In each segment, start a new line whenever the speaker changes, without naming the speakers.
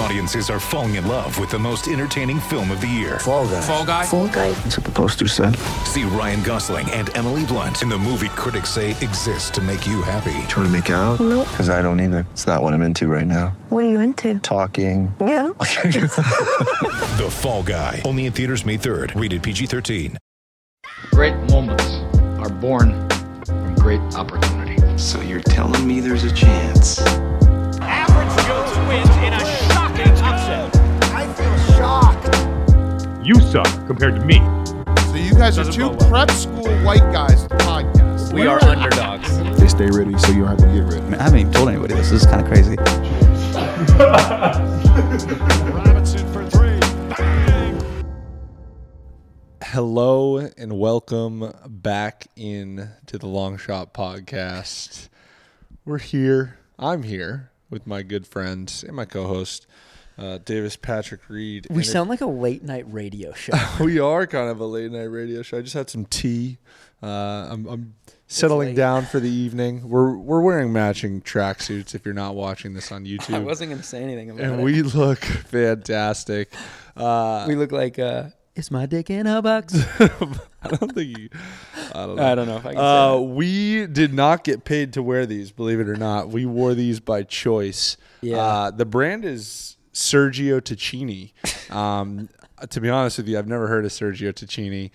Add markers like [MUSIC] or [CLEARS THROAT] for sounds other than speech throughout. Audiences are falling in love with the most entertaining film of the year.
Fall guy.
Fall guy.
Fall guy.
That's what the poster said.
See Ryan Gosling and Emily Blunt in the movie critics say exists to make you happy.
Trying to make it out?
Nope.
Because I don't either. It's not what I'm into right now.
What are you into?
Talking.
Yeah.
The Fall Guy. Only in theaters May 3rd. Rated PG-13.
Great moments are born from great opportunity.
So you're telling me there's a chance?
Average Joe's wins in a shocking upset.
You suck compared to me.
So you guys are two prep school white guys to podcast.
We are underdogs.
They stay ready, so you don't have to get ready.
I haven't even told anybody this. This is kind of crazy.
Robinson for three.
Hello and welcome back in to the Long Shot Podcast. We're here. I'm here with my good friends and my co-host, uh, Davis Patrick Reed.
We sound like a late night radio [LAUGHS] show.
[LAUGHS] we are kind of a late night radio show. I just had some tea. Uh, I'm, I'm settling
late.
down
[LAUGHS]
for the evening. We're we're wearing matching tracksuits. If you're not watching this on
[LAUGHS]
YouTube,
I wasn't gonna say anything about
and
it.
we
[LAUGHS]
look fantastic. Uh,
we look like uh, is my dick in a box?
[LAUGHS] I don't think you. I don't know.
I don't know if I can.
Uh,
say
we did not get paid to wear these, believe it or not. We wore these by choice.
Yeah.
Uh, the brand is Sergio Ticini. Um, to be honest with you, I've never heard of Sergio Ticini.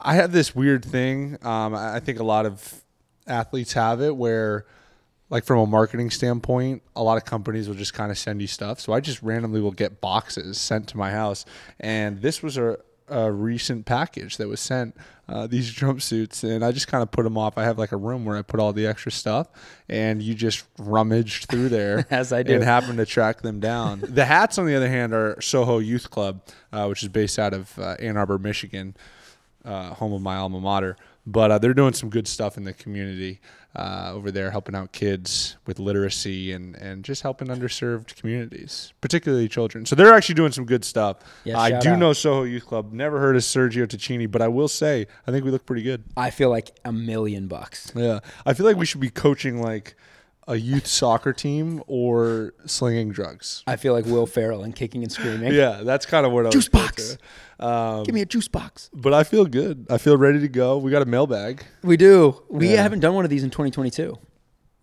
I have this weird thing. Um, I I think a lot of athletes have it where, like, from a marketing standpoint, a lot of companies will just kind of send you stuff. So I just randomly will get boxes sent to my house. And this was a, a recent package that was sent uh, these [LAUGHS] jumpsuits. And I just kind of put them off. I have like a room where I put all the extra stuff. And you just rummaged through there
[LAUGHS] As I do.
and happen to track them
[LAUGHS]
down. the hats, on the other hand, are Soho Youth Club, uh, which is based out of uh, Ann Arbor, Michigan uh, home of my alma mater. But uh, they're doing some good stuff in the community uh, over there, helping out kids with literacy and, and just helping underserved communities, particularly children. So they're actually doing some good stuff.
Yeah,
I
shout
do
out.
know Soho Youth Club. Never heard of Sergio Ticini, but I will say I think we look pretty good.
I feel like a million bucks.
Yeah, I feel like we should be coaching like a youth soccer team or slinging drugs.
I feel like Will Ferrell and kicking and screaming.
Yeah, that's kind of what I was
Juice
going
box.
to. Um,
Give me a juice box.
but I feel good. I feel ready to go. We got a mailbag.
We do. We
Yeah.
haven't done one of these in 2022.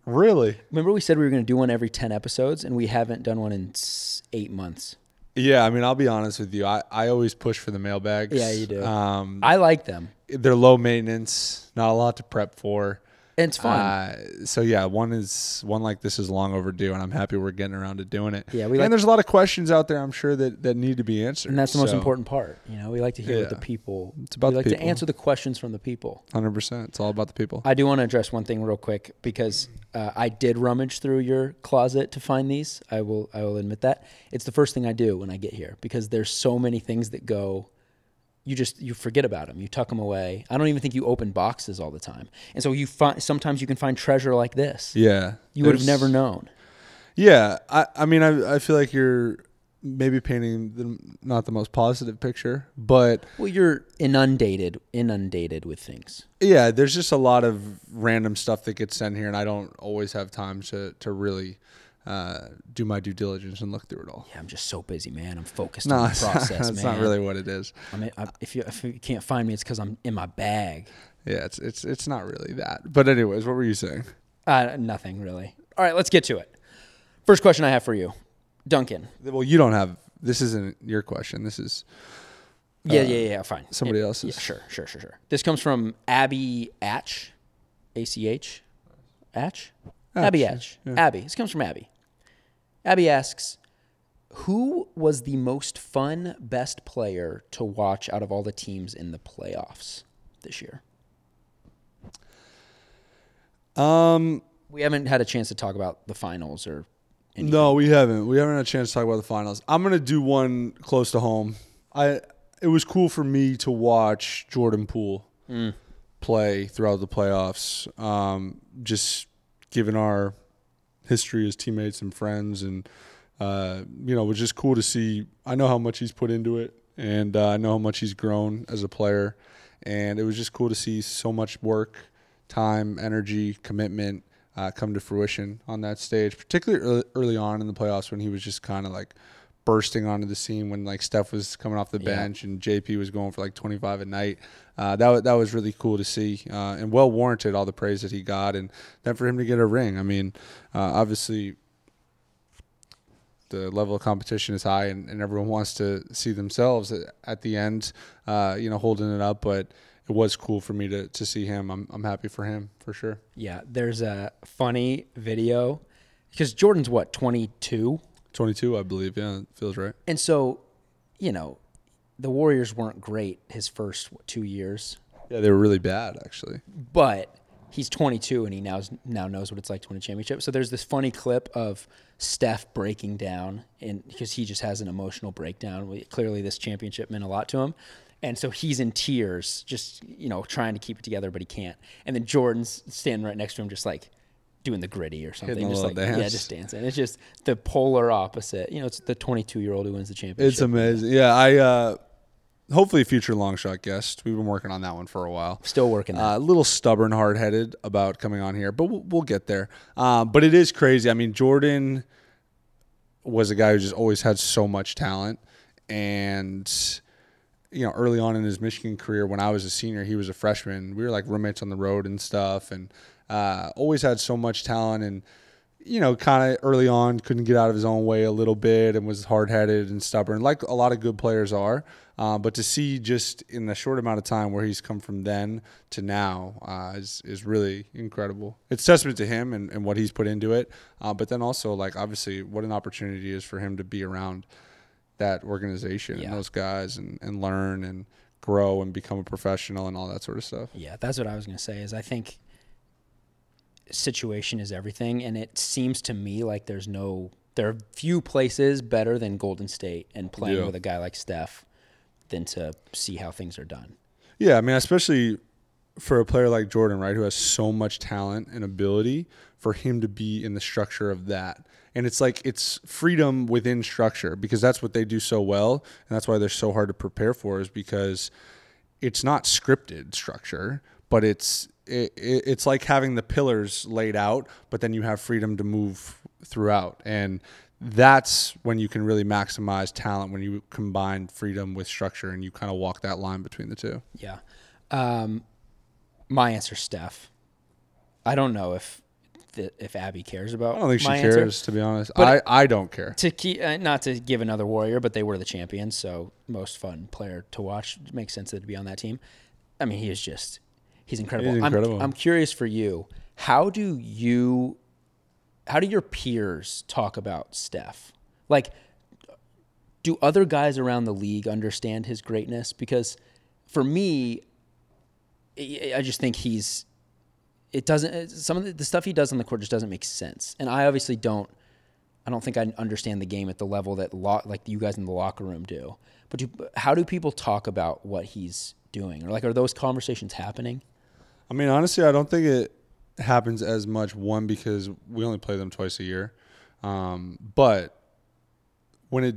Really?
Remember, we said we were going to do one every 10 episodes, and we haven't done one in s- eight months.
Yeah, I mean, I'll be honest with you. I, I always push for the mailbags.
Yeah, you do.
Um,
I like them,
they're low maintenance, not a lot to prep for.
and it's fun.
Uh, so yeah, one is one like this is long overdue, and I'm happy we're getting around to doing it.
Yeah, we
and
like-
there's a lot of questions out there, I'm sure that that need to be answered,
and that's the most
So,
important part. You know, we like to hear what the
Yeah.
people.
It's about
we
the
like to
people.
answer the questions from the people.
100%. It's all about the people.
I do want to address one thing real quick because uh, I did rummage through your closet to find these. I will I will admit that it's the first thing I do when I get here because there's so many things that go. You just you forget about them. You tuck them away. I don't even think you open boxes all the time. And so you find sometimes you can find treasure like this.
yeah,
you would have
there's-
never known.
Yeah, I, I mean, I, I feel like you're maybe painting the, not the most positive picture, but
Well, you're inundated inundated with things.
yeah, there's just a lot of random stuff that gets sent here, and I don't always have time to to really uh, do my due diligence and look through it all.
Yeah, I'm just so busy, man. I'm focused
No,
on the
it's [LAUGHS] not-
process,
that's
man.
not really what it is.
I mean, I, if you if you can't find me, it's because I'm in my bag.
Yeah, it's it's it's not really that. But anyways, what were you saying?
Uh, nothing really. All right, let's get to it. First question I have for you, Duncan.
Well, you don't have this. Isn't your question? This is
Yeah, yeah, yeah. Fine.
Uh, somebody
Yeah,
else's.
Yeah, sure, sure, sure, sure. This comes from Abby Atch, A C H, Atch, Abby Atch, Abby. This comes from Abby. Abby asks, Who was the most fun, best player to watch out of all the teams in the playoffs this year?
Um,
We haven't had a chance to talk about the finals or anything.
No, we haven't. We haven't had a chance to talk about the finals. I'm gonna do one close to home. I it was cool for me to watch Jordan Poole play throughout the playoffs. Um, just given our history as teammates and friends, and uh, you know, it was just cool to see. I know how much he's put into it, and uh, I know how much he's grown as a player, and it was just cool to see so much work, time, energy, commitment uh, come to fruition on that stage, particularly early, early on in the playoffs when he was just kind of like bursting onto the scene when like Steph was coming off the bench and JP was going for like 25 a night. Uh, that wa- that was really cool to see uh, and well warranted all the praise that he got and then for him to get a ring. I mean, uh, obviously the level of competition is high and, and everyone wants to see themselves at- at the end, uh, you know, holding it up. But it was cool for me to, to see him. I'm, I'm happy for him for sure.
Yeah, there's a funny video because Jordan's what, 22?
22, I believe. Yeah, it feels right.
And so, you know, the Warriors weren't great his first what, two years,
Yeah, they were really bad actually.
but he's 22 and he now now knows what it's like to win a championship. So there's this funny clip of Steph breaking down, and because he just has an emotional breakdown. We- Clearly, this championship meant a lot to him, and so he's in tears, just you know trying to keep it together, but he can't. And then Jordan's standing right next to him, just like doing the gritty or something,
Hitting a
just like
little
yeah,
dance.
just dancing. It's just the polar opposite. You know, it's the 22 year old who wins the championship.
It's amazing. Yeah, I uh, hopefully a future long shot guest. We've been working on that one for a while.
Still working that.
Uh, a little stubborn, hard headed about coming on here, but we'll, we'll get there. Um, but it is crazy. I mean, Jordan was a guy who just always had so much talent, and you know, early on in his Michigan career, when I was a senior, he was a freshman. We were like roommates on the road and stuff, and uh, always had so much talent. And you know, kind of early on, couldn't get out of his own way a little bit, and was hard headed and stubborn, like a lot of good players are. Uh, but to see just in the short amount of time where he's come from then to now uh, is is really incredible. It's testament to him and, and what he's put into it. Uh, but then also, like obviously, what an opportunity it is for him to be around that organization
Yeah.
and those guys and, and learn and grow and become a professional and all that sort of stuff.
Yeah, that's what I was going to say is I think situation is everything and it seems to me like there's no there are few places better than Golden State and playing
Yeah.
with a guy like Steph than to see how things are done.
Yeah, I mean, especially for a player like Jordan, right, who has so much talent and ability, for him to be in the structure of that. And it's like it's freedom within structure because that's what they do so well, and that's why they're so hard to prepare for is because it's not scripted structure, but it's it, it, it's like having the pillars laid out, but then you have freedom to move throughout, and that's when you can really maximize talent when you combine freedom with structure and you kind of walk that line between the two.
Yeah. Um my answer Steph. I don't know if th- if Abby cares about
I don't think she
my
cares,
answer.
to be honest.
But-
I, I don't care.
to keep uh, not to give another warrior, but they were the champions, so most fun player to watch. It makes sense that to be on that team. I mean, he is just he's incredible.
He's
I'm-
incredible.
I'm, curious for you. How do you how do your peers talk about Steph? Like do other guys around the league understand his greatness because for me I I just think he's it doesn't some of the, the stuff he does on the court just doesn't make sense. And I obviously don't I don't think I understand the game at the level that lo- like you guys in the locker room do. But do, how do people talk about what he's doing, or like are those conversations happening?
I mean, honestly, I don't think it happens as much. One because we only play them twice a year, um, but when it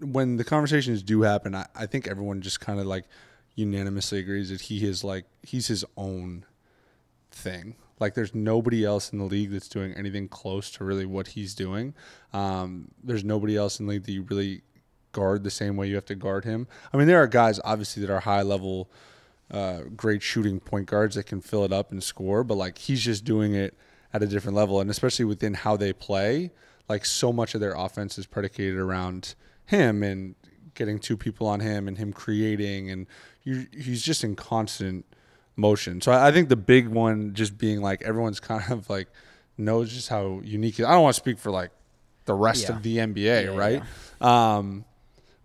when the conversations do happen, I, I think everyone just kind of like unanimously agrees that he is like he's his own thing. Like there's nobody else in the league that's doing anything close to really what he's doing. Um, there's nobody else in the league that you really guard the same way you have to guard him. I mean, there are guys obviously that are high level, uh, great shooting point guards that can fill it up and score, but like he's just doing it at a different level, and especially within how they play. Like so much of their offense is predicated around him and getting two people on him and him creating, and you he's just in constant motion. So I, I think the big [LAUGHS] one just being like everyone's kind of like knows just how unique. I don't want to speak for like the rest
Yeah.
of the NBA, right? Um,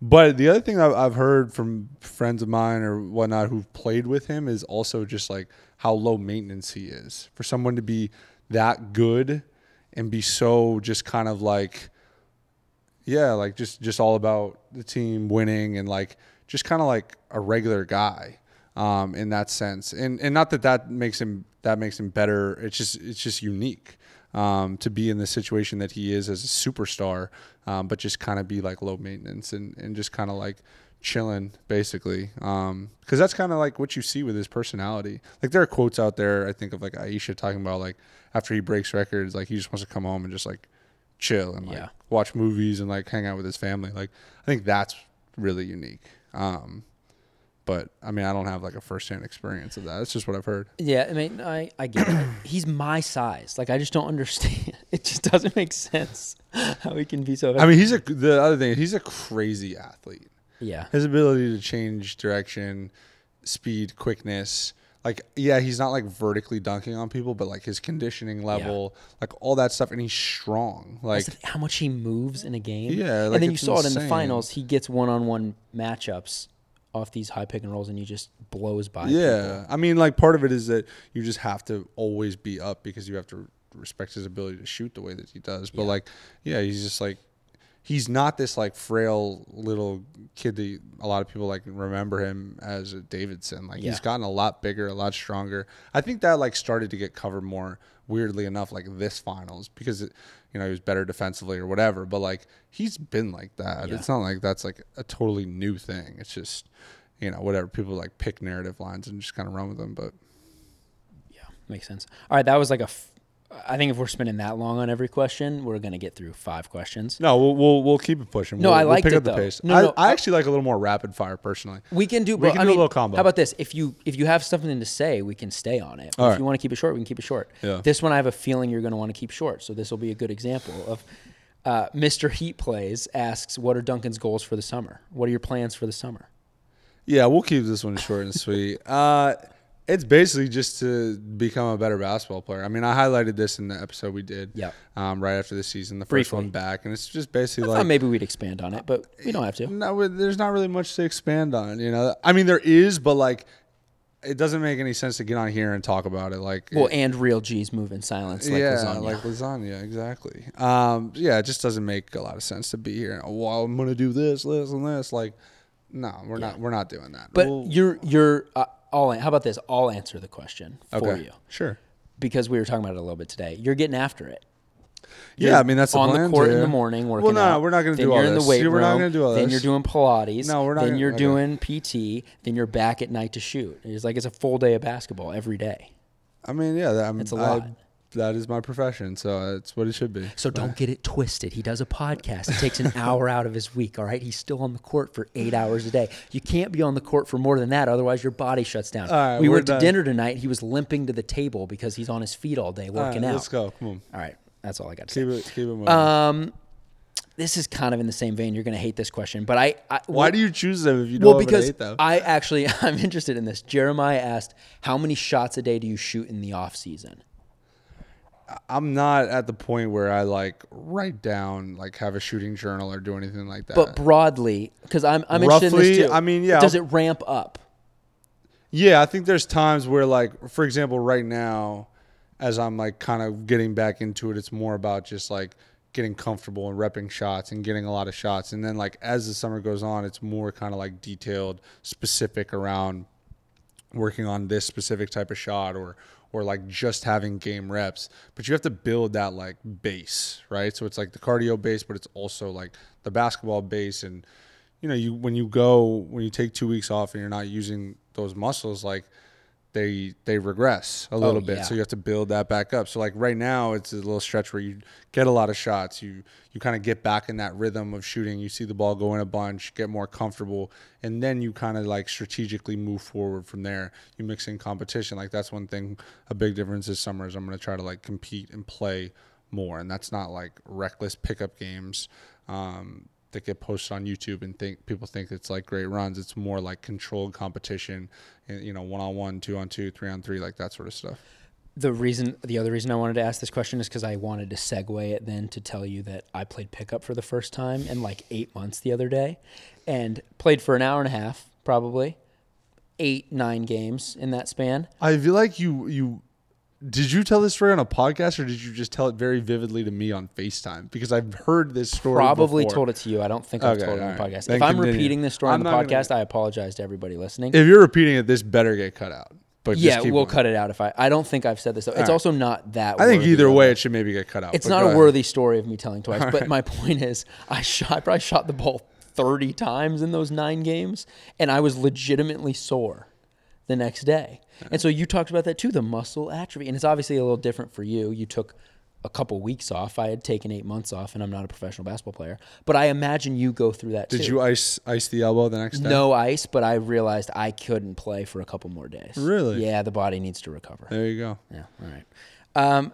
but the other thing I've, I've heard from friends of mine or whatnot who've played with him is also just like how low maintenance he is for someone to be that good and be so just kind of like yeah like just just all about the team winning and like just kind of like a regular guy um, in that sense and and not that that makes him that makes him better it's just it's just unique um, to be in the situation that he is as a superstar um, but just kind of be like low maintenance and and just kind of like chilling basically because that's kind of like what you see with his personality like there are quotes out there i think of like aisha talking about like after he breaks records like he just wants to come home and just like chill and like
Yeah.
watch movies and like hang out with his family. Like I think that's really unique. Um, but I mean, I don't have like a firsthand experience of that. It's just what I've heard.
Yeah, I mean, I, I get [CLEARS THROAT] it. He's my size. Like, I just don't understand. [LAUGHS] It just doesn't make sense [LAUGHS] how he can be so.
I mean, he's a the other thing. He's a crazy athlete.
yeah,
His ability to change direction, speed, quickness. Like, yeah, he's not like vertically dunking on people, but like his conditioning level, like all that stuff, and he's strong. Like,
That's the thing, how much he moves in a game.
Yeah,
and
like,
then you
it's
saw it in
insane.
the finals. He gets one-on-one matchups off these high pick and rolls, and he just blows by. people.
Yeah, I mean, like part of it is that you just have to always be up because you have to respect his ability to shoot the way that he does. But like, yeah, he's just like he's not this like frail little kid that a lot of people like remember him as a Davidson. Like he's
Yeah.
gotten a lot bigger, a lot stronger. I think that like started to get covered more weirdly enough like this finals because it, you know he was better defensively or whatever. But like he's been like that. It's not like that's like a totally new thing. It's just you know whatever people like pick narrative lines and just kind of run with them. But
makes sense. All right, that was like a. F- I think if we're spending that long on every question, we're gonna get through five questions.
no, we'll we'll, we'll keep it pushing.
No,
we'll,
I
we'll
liked
pick
it,
up the
though.
pace.
No,
I,
no,
I
I-
actually like a little more rapid fire personally.
We can do.
We
Bro,
can
I
do a
mean,
little combo.
How about this? If you if you have something to say, we can stay on it.
All
if
right.
you want to keep it short, we can keep it short.
Yeah.
This one, I have a feeling you're going to want to keep short. So this will be a good example of. Uh, Mr. Heat plays asks, "What are Duncan's goals for the summer? What are your plans for the summer?"
Yeah, we'll keep this one short
[LAUGHS]
and sweet. Uh, it's basically just to become a better basketball player. I mean, I highlighted this in the episode we did.
Yep.
Um, right after the season, the first
Briefly.
one back, and it's just basically
I
like
thought maybe we'd expand on it, but we don't have to.
no, but there's not really much to expand on. You know, I mean, there is, but like, it doesn't make any sense to get on here and talk about it. Like,
Well, and real G's move in silence like
yeah,
lasagna.
like lasagna, exactly. Um, yeah, it just doesn't make a lot of sense to be here. and, Well, I'm gonna do this, this, and this. Like, no, we're not. We're not doing that.
but
We'll-
you're you're uh, all. How about this? I'll answer the question for
okay,
you
sure.
because we were talking about it a little bit today. You're getting after it.
Yeah, I mean that's
on
the,
the
plan
court in
here.
the morning working
Well, no,
out.
we're not going to
Then
do all
you're in
this.
the weight
See, we're not
room.
going to do all
Then
this.
you're doing Pilates.
No, we're not
Then
gonna-
you're
okay.
doing PT. Then you're back at night to shoot. It's like it's a full day of basketball every day.
I mean, yeah, that, I'm,
It's a
I-
lot.
that is my profession, so that's what it should be.
So don't get it twisted. He does a podcast. It [LAUGHS] takes an hour out of his week. All right, he's still on the court for eight hours a day. You can't be on the court for more than that, otherwise your body shuts down.
All right,
we
we're
went
done.
to dinner tonight. He was limping to the table because he's on his feet all day
All right,
working out. Uh,
let's go. Come on,
All right, that's all I got to
keep
say.
it, keep it moving.
This is kind of in the same vein. You're going to hate this question, but I. I
Why do you choose them if you don't
well,
have
because
hate them?
I actually [LAUGHS] I'm interested in this. Jeremiah asked, "How many shots a day do you shoot in the off season?"
I'm not at the point where I like write down, like have a shooting journal or do anything like that.
But broadly, because I'm I'm interested in
Uh, Roughly,
this too.
I mean, yeah.
Does it ramp up?
Yeah, I think there's times where, like, for example, right now, as I'm like kind of getting back into it, it's more about just like getting comfortable and repping shots and getting a lot of shots. And then, like, as the summer goes on, it's more kind of like detailed, specific around working on this specific type of shot or or like just having game reps but you have to build that like base right so it's like the cardio base but it's also like the basketball base and you know you when you go when you take 2 weeks off and you're not using those muscles like they they regress a little bit
yeah.
so you have to build that back up so like right now it's a little stretch where you get a lot of shots you you kind of get back in that rhythm of shooting you see the ball go in a bunch get more comfortable and then you kind of like strategically move forward from there you mix in competition like that's one thing a big difference this summer is i'm going to try to like compete and play more and that's not like reckless pickup games um, that get posted on YouTube and think people think it's like great runs. It's more like controlled competition, and you know, one on one, two on two, three on three, like that sort of stuff.
the reason the other reason I wanted to ask this question is because I wanted to segue it then to tell you that I played pickup for the first time in like eight months the other day, and played for an hour and a half probably, eight nine games in that span.
I feel like you you did you tell this story on a podcast or did you just tell it very vividly to me on FaceTime? Because I've heard this story.
Probably
before.
told it to you. I don't think I've
Okay,
told it on
all
the
right.
podcast.
Then
if I'm
continue.
repeating this story
I'm
on the
not gonna-
podcast, I apologize to everybody listening.
If you're repeating it, this better get cut out. But
yeah,
just keep
we'll
going.
cut it out if I. I don't think I've said this though. It's
right.
also not that.
I think
worthy
either
of
way,
it.
it should maybe get cut out.
It's
but
not
go
a
ahead.
worthy story of me telling twice, but my [LAUGHS] point is, I shot. I probably shot the ball thirty times in those nine games, and I was legitimately sore the next day. And so you talked about that too, the muscle atrophy, and it's obviously a little different for you. You took a couple weeks off. I had taken eight months off, and I'm not a professional basketball player, but I imagine you go through that.
Did
too.
you ice ice the elbow the next day?
No ice, but I realized I couldn't play for a couple more days.
Really?
Yeah, the body needs to recover.
There you go.
Yeah. All right. Um,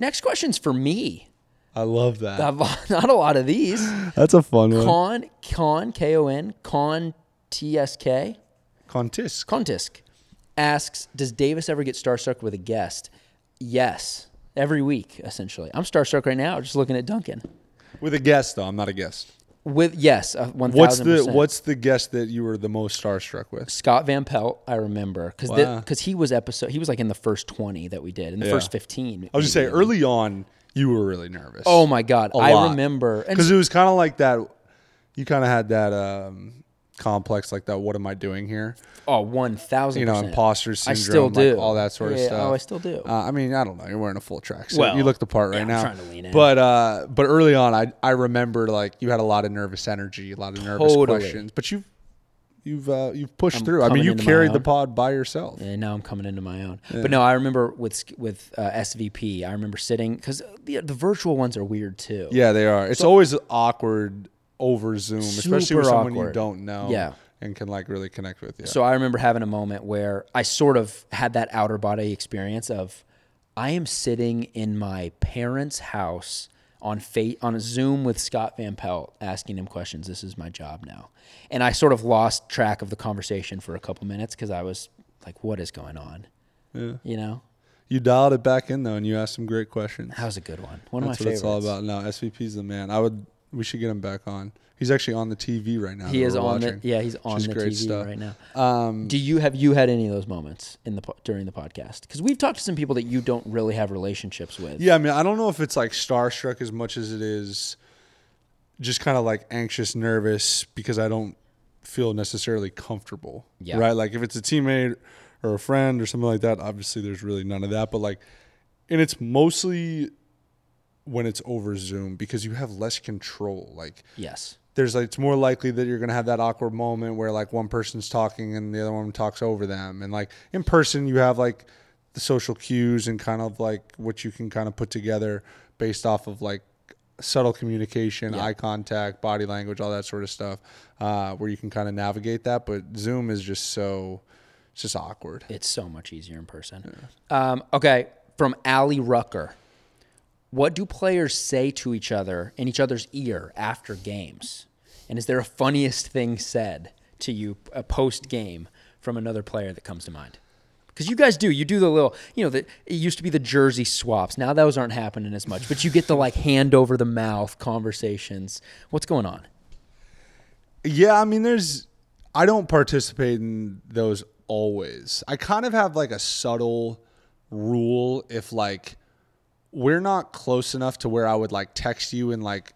next question's for me.
I love that.
I've- [LAUGHS] Not a lot of these.
That's a fun
Con Con K O N Con T S K
Contis.
Contisk asks, does Davis ever get starstruck with a guest? Yes, every week essentially. I'm starstruck right now, just looking at Duncan.
With a guest though, I'm not a guest.
With yes, uh, one
What's
thousand.
the what's the guest that you were the most starstruck with?
Scott Van Pelt, I remember because
Wow.
because he was episode he was like in the first twenty that we did in the
Yeah.
first fifteen.
I was just say
maybe.
early on you were really nervous.
Oh my god,
A
I
lot.
remember. And
because it was kind of like that. You kind of had that um, complex, like that. What am I doing here?
oh, one thousand.
You know, imposter
I
syndrome,
still
like,
do
all that sort of
Yeah,
stuff.
Oh, I still do.
Uh, I mean, I don't know. You're wearing a full track, so
Well,
you look the part right
yeah, I'm
now.
trying to lean in.
But uh, but early on, I I remember like you had a lot of nervous energy, a lot of nervous
Totally.
questions. But you you've uh, you've pushed
I'm
through. I mean,
coming
you
into my
carried the
own.
pod by yourself.
and now I'm coming into my own. But no, I remember with with uh, SVP. I remember sitting because the, the virtual ones are weird too.
Yeah, they are. It's always awkward over Zoom, especially
Super
with someone you
awkward.
don't know.
Yeah.
and can like really connect with you.
So I remember having a moment where I sort of had that outer body experience of I am sitting in my parents' house on fa- on a Zoom with Scott Van Pelt asking him questions. This is my job now. And I sort of lost track of the conversation for a couple minutes cuz I was like what is going on? You know?
You dialed it back in though, and you asked some great questions.
That was a good one. One
That's
of
what
my
it's
favorites.
all about. No, SVP's the man. I would. We should get him back on. He's actually on the TV right now.
He
that
is
we're
on the
watching,
yeah, he's
which
on
is
the
great
TV
stuff. Um,
right now. Do you have you had any of those moments in the po- during the podcast? Because we've talked to some people that you don't really have relationships with.
Yeah, I mean, I don't know if it's like starstruck as much as it is just kind of like anxious, nervous because I don't feel necessarily comfortable.
Yeah.
Right. Like if it's a teammate or a friend or something like that, obviously there's really none of that. But like, and it's mostly when it's over Zoom because you have less control. Like,
Yes.
there's like it's more likely that you're gonna have that awkward moment where like one person's talking and the other one talks over them and like in person you have like the social cues and kind of like what you can kind of put together based off of like subtle communication eye contact body language all that sort of stuff uh, where you can kind of navigate that but zoom is just so it's just awkward
It's so much easier in person. Um, okay, from Allie Rucker. What do players say to each other in each other's ear after games? And is there a funniest thing said to you uh, post game from another player that comes to mind? Because you guys do, you do the little, you know, the, it used to be the jersey swaps. Now those aren't happening as much, but you get the like hand over the mouth conversations. What's going on?
Yeah, I mean, there's. I don't participate in those always. I kind of have like a subtle rule if like we're not close enough to where I would like text you and like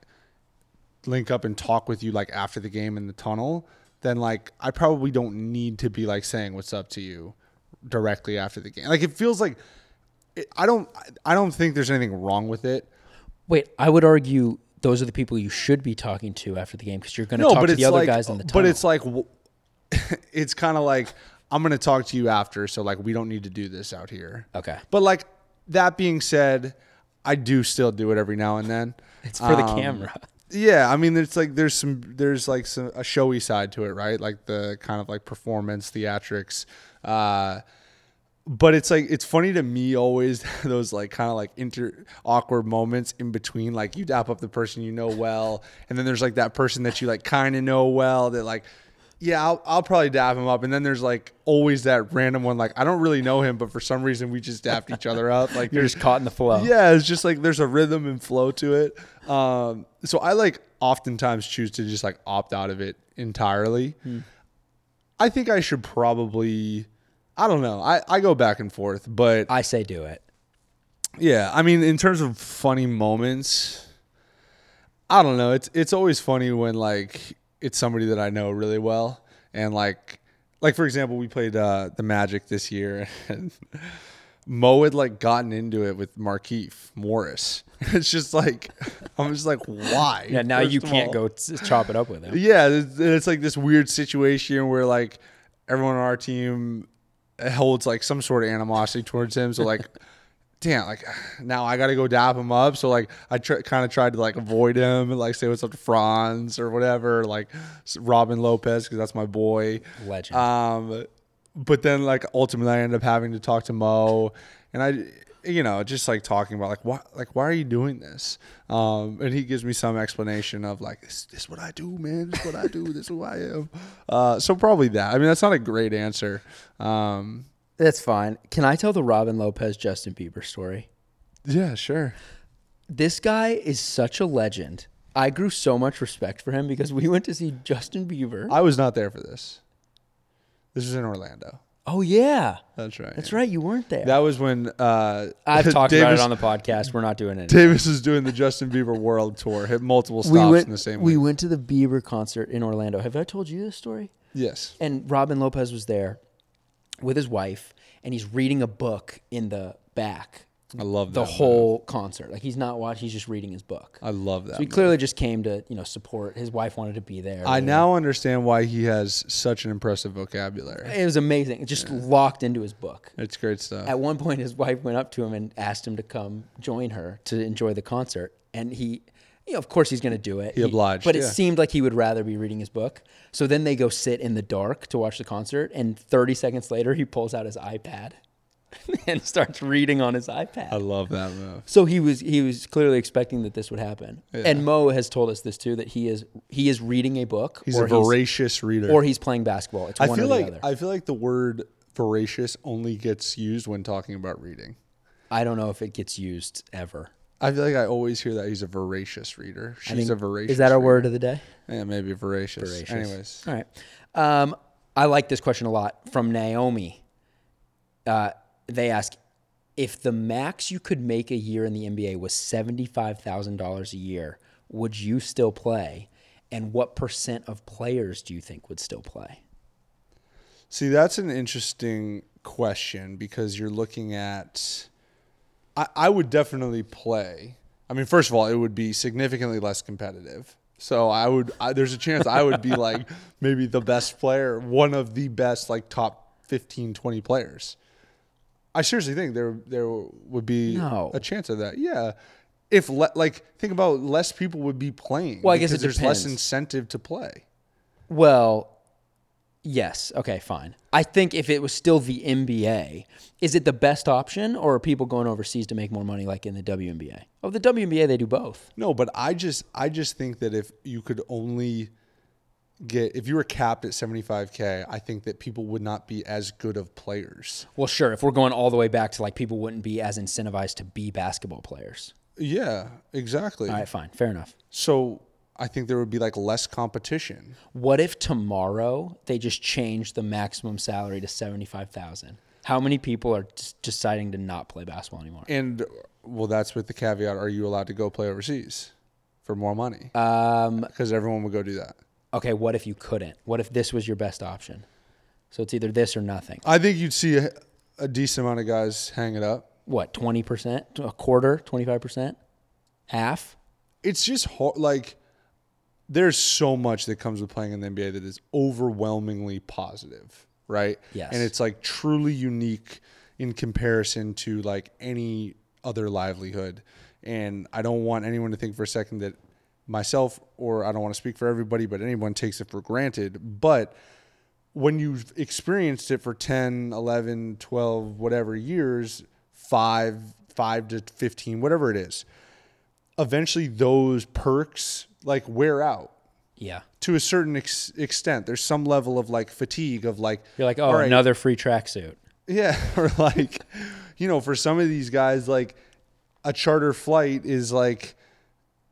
link up and talk with you like after the game in the tunnel, then like I probably don't need to be like saying what's up to you directly after the game. Like it feels like it, I don't I don't think there's anything wrong with it.
Wait, I would argue those are the people you should be talking to after the game because you're going to talk to the other
like,
guys in the tunnel.
But it's like, w- [LAUGHS] it's kind of like I'm going to talk to you after, so like we don't need to do this out here.
Okay.
But like that being said, I do still do it every now and then.
[LAUGHS] It's for the
Um,
camera.
Yeah, I mean, it's like there's some there's like some a showy side to it, right? Like the kind of like performance theatrics. Uh, but it's like it's funny to me always [LAUGHS] those like kind of like inter awkward moments in between like you dap up the person you know well and then there's like that person that you like kind of know well that like Yeah, I'll, I'll probably dab him up. And then there's like always that random one. Like, I don't really know him, but for some reason we just dapped each other up. Like,
You're
there's-
just caught in the flow.
Yeah, it's just like there's a rhythm and flow to it. Um, so I like oftentimes choose to just like opt out of it entirely. I think I should probably, I don't know. I, I go back and forth, but
I say do it.
yeah, I mean, in terms of funny moments, I don't know. It's it's always funny when like it's somebody that I know really well, and like like for example, we played uh, the Magic this year, and [LAUGHS] Mo had like gotten into it with Markeef Morris. [LAUGHS] It's just like I'm just like why?
Yeah, now
First
you
of
can't
all.
go t- chop it up with him.
Yeah, it's, it's like this weird situation where like everyone on our team holds like some sort of animosity towards him. So like, damn, like [SIGHS] now I got to go dap him up. So like I tr- kind of tried to like avoid him and like say what's up to Franz or whatever, like s- Robin Lopez because that's my boy.
Legend.
Um, but then like ultimately I ended up having to talk to Mo, and I, you know, just like talking about like why like why are you doing this? Um, and he gives me some explanation of like this, this is what I do, man. This is what I do. This is who I am. Uh, so probably that. I mean, that's not a great answer. Um,
That's fine. Can I tell the Robin Lopez Justin Bieber story?
yeah, sure.
This guy is such a legend. I grew so much respect for him because we went to see Justin Bieber.
I was not there for this. This was in Orlando.
oh yeah,
That's right.
that's right. You weren't there.
That was when uh,
[LAUGHS] I've talked about it
Davis-
on the podcast. We're not doing it.
[LAUGHS] Davis is doing the Justin Bieber World Tour. Hit multiple stops
we went.
in the same.
we
week.
went to the Bieber concert in Orlando. Have I told you this story?
Yes.
and Robin Lopez was there with his wife, and he's reading a book in the back.
I love
the
that
whole concert. Like he's not watching; he's just reading his book.
I love that.
so he clearly just came to you know support. His wife wanted to be there.
I now understand why he has such an impressive vocabulary.
It was amazing. Just locked into his book.
It's great stuff.
At one point, his wife went up to him and asked him to come join her to enjoy the concert, and he. You know, of course he's going to do it. He
obliged,
but it
yeah.
seemed like he would rather be reading his book. So then they go sit in the dark to watch the concert, and 30 seconds later, he pulls out his iPad [LAUGHS] and starts reading on his iPad.
I love that move.
So he was he was clearly expecting that this would happen. And Mo has told us this too that he is he is reading a book
He's a voracious reader.
or he's playing basketball. It's
I
one
feel
or the
like
other.
I feel like the word voracious only gets used when talking about reading.
I don't know if it gets used ever.
I feel like I always hear that he's a voracious reader.
I
She's
think-
a voracious.
Is that our
reader.
word of the day?
Yeah, Eh, maybe voracious.
Voracious.
Anyways,
All right. Um, I like this question a lot from Naomi. Uh, they ask if the max you could make a year in the NBA was $75,000 a year, would you still play? And what percent of players do you think would still play?
see that's an interesting question because you're looking at. I, I would definitely play. I mean, first of all, it would be significantly less competitive. So I would. I, there's a chance
[LAUGHS]
I would be like maybe the best player, one of the best, like top 15, 20 players. I seriously think there there would be
No.
a chance of that. Yeah. If le- like think about less people would be playing.
Well, I guess
because
it
there's less
depends.
incentive to play.
Well, yes. Okay, fine. I think if it was still the NBA, is it the best option or are people going overseas to make more money like in the WNBA? Oh, the WNBA, they do both.
No, but I just I just think that if you could only get if you were capped at 75k, I think that people would not be as good of players.
Well, sure. If we're going all the way back to like people wouldn't be as incentivized to be basketball players.
Yeah, exactly.
All right, fine. Fair enough.
So I think there would be like less competition.
What if tomorrow they just change the maximum salary to 75,000? How many people are just deciding to not play basketball anymore?
And well, that's with the caveat: Are you allowed to go play overseas for more money?
Um,
Because everyone would go do that.
Okay, what if you couldn't? What if this was your best option? So it's either this or nothing.
I think you'd see a, a decent amount of guys hang it up.
what 20% a quarter 25% half
it's just hard. Like, there's so much that comes with playing in the NBA that is overwhelmingly positive, right?
Yes.
And it's like truly unique in comparison to like any other livelihood. And I don't want anyone to think for a second that myself or I don't want to speak for everybody, but anyone takes it for granted. But when you've experienced it for 10 11 12 whatever years 5 5 to 15 whatever it is eventually those perks like wear out
Yeah.
to a certain ex- extent. There's some level of like fatigue of like
You're like, oh,
all right,
another free tracksuit.
[LAUGHS] yeah, or like you know, for some of these guys, like a charter flight is like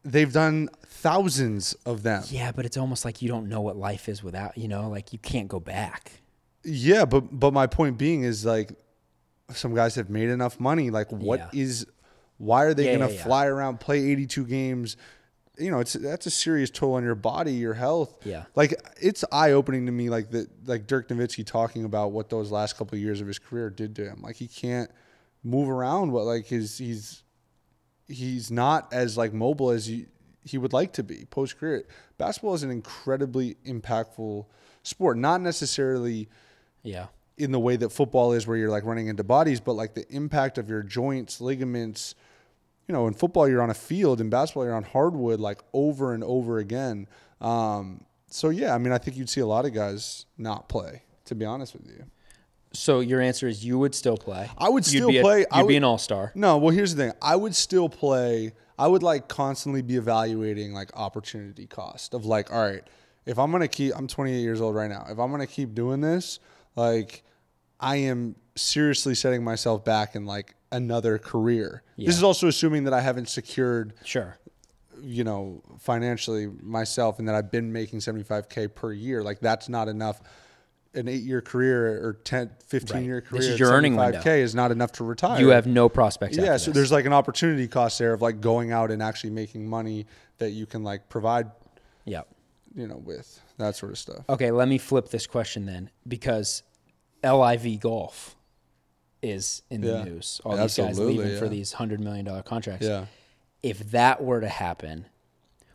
they've done thousands of them.
Yeah, but it's almost like you don't know what life is without, you know, like you can't go back.
Yeah, but but my point being is like some guys have made enough money. Like what is
Yeah.
why are they
Yeah,
gonna
yeah, yeah.
fly around, play eighty two games? You know, it's that's a serious toll on your body, your health.
Yeah.
Like it's eye opening to me like the like Dirk Nowitzki talking about what those last couple of years of his career did to him. Like he can't move around what like his he's he's not as like mobile as he, he would like to be post career. Basketball is an incredibly impactful sport, not necessarily
Yeah.
in the way that football is where you're like running into bodies but like the impact of your joints ligaments you know in football you're on a field in basketball you're on hardwood like over and over again um, so yeah i mean i think you'd see a lot of guys not play to be honest with you
So your answer is you would still play.
I would
You'd
still
be a-
play.
You'd
I
be
would-
an all star.
no well here's the thing i would still play i would like constantly be evaluating like opportunity cost of like all right if i'm gonna keep i'm 28 years old right now if i'm gonna keep doing this like I am seriously setting myself back in like another career. This is also assuming that I haven't secured,
Sure.
you know, financially myself and that I've been making 75K per year. Like that's not enough. An eight year career or 10, 15 year
This
career,
is
at
your earning window.
75K is not enough to retire.
You have no prospects.
Yeah,
after
so
this.
there's like an opportunity cost there of like going out and actually making money that you can like provide,
Yeah.
you know, with that sort of stuff.
Okay, let me flip this question then because LIV golf is in the
Yeah.
news. All these guys
Absolutely,
leaving for
yeah.
these $100 million contracts.
Yeah.
If that were to happen,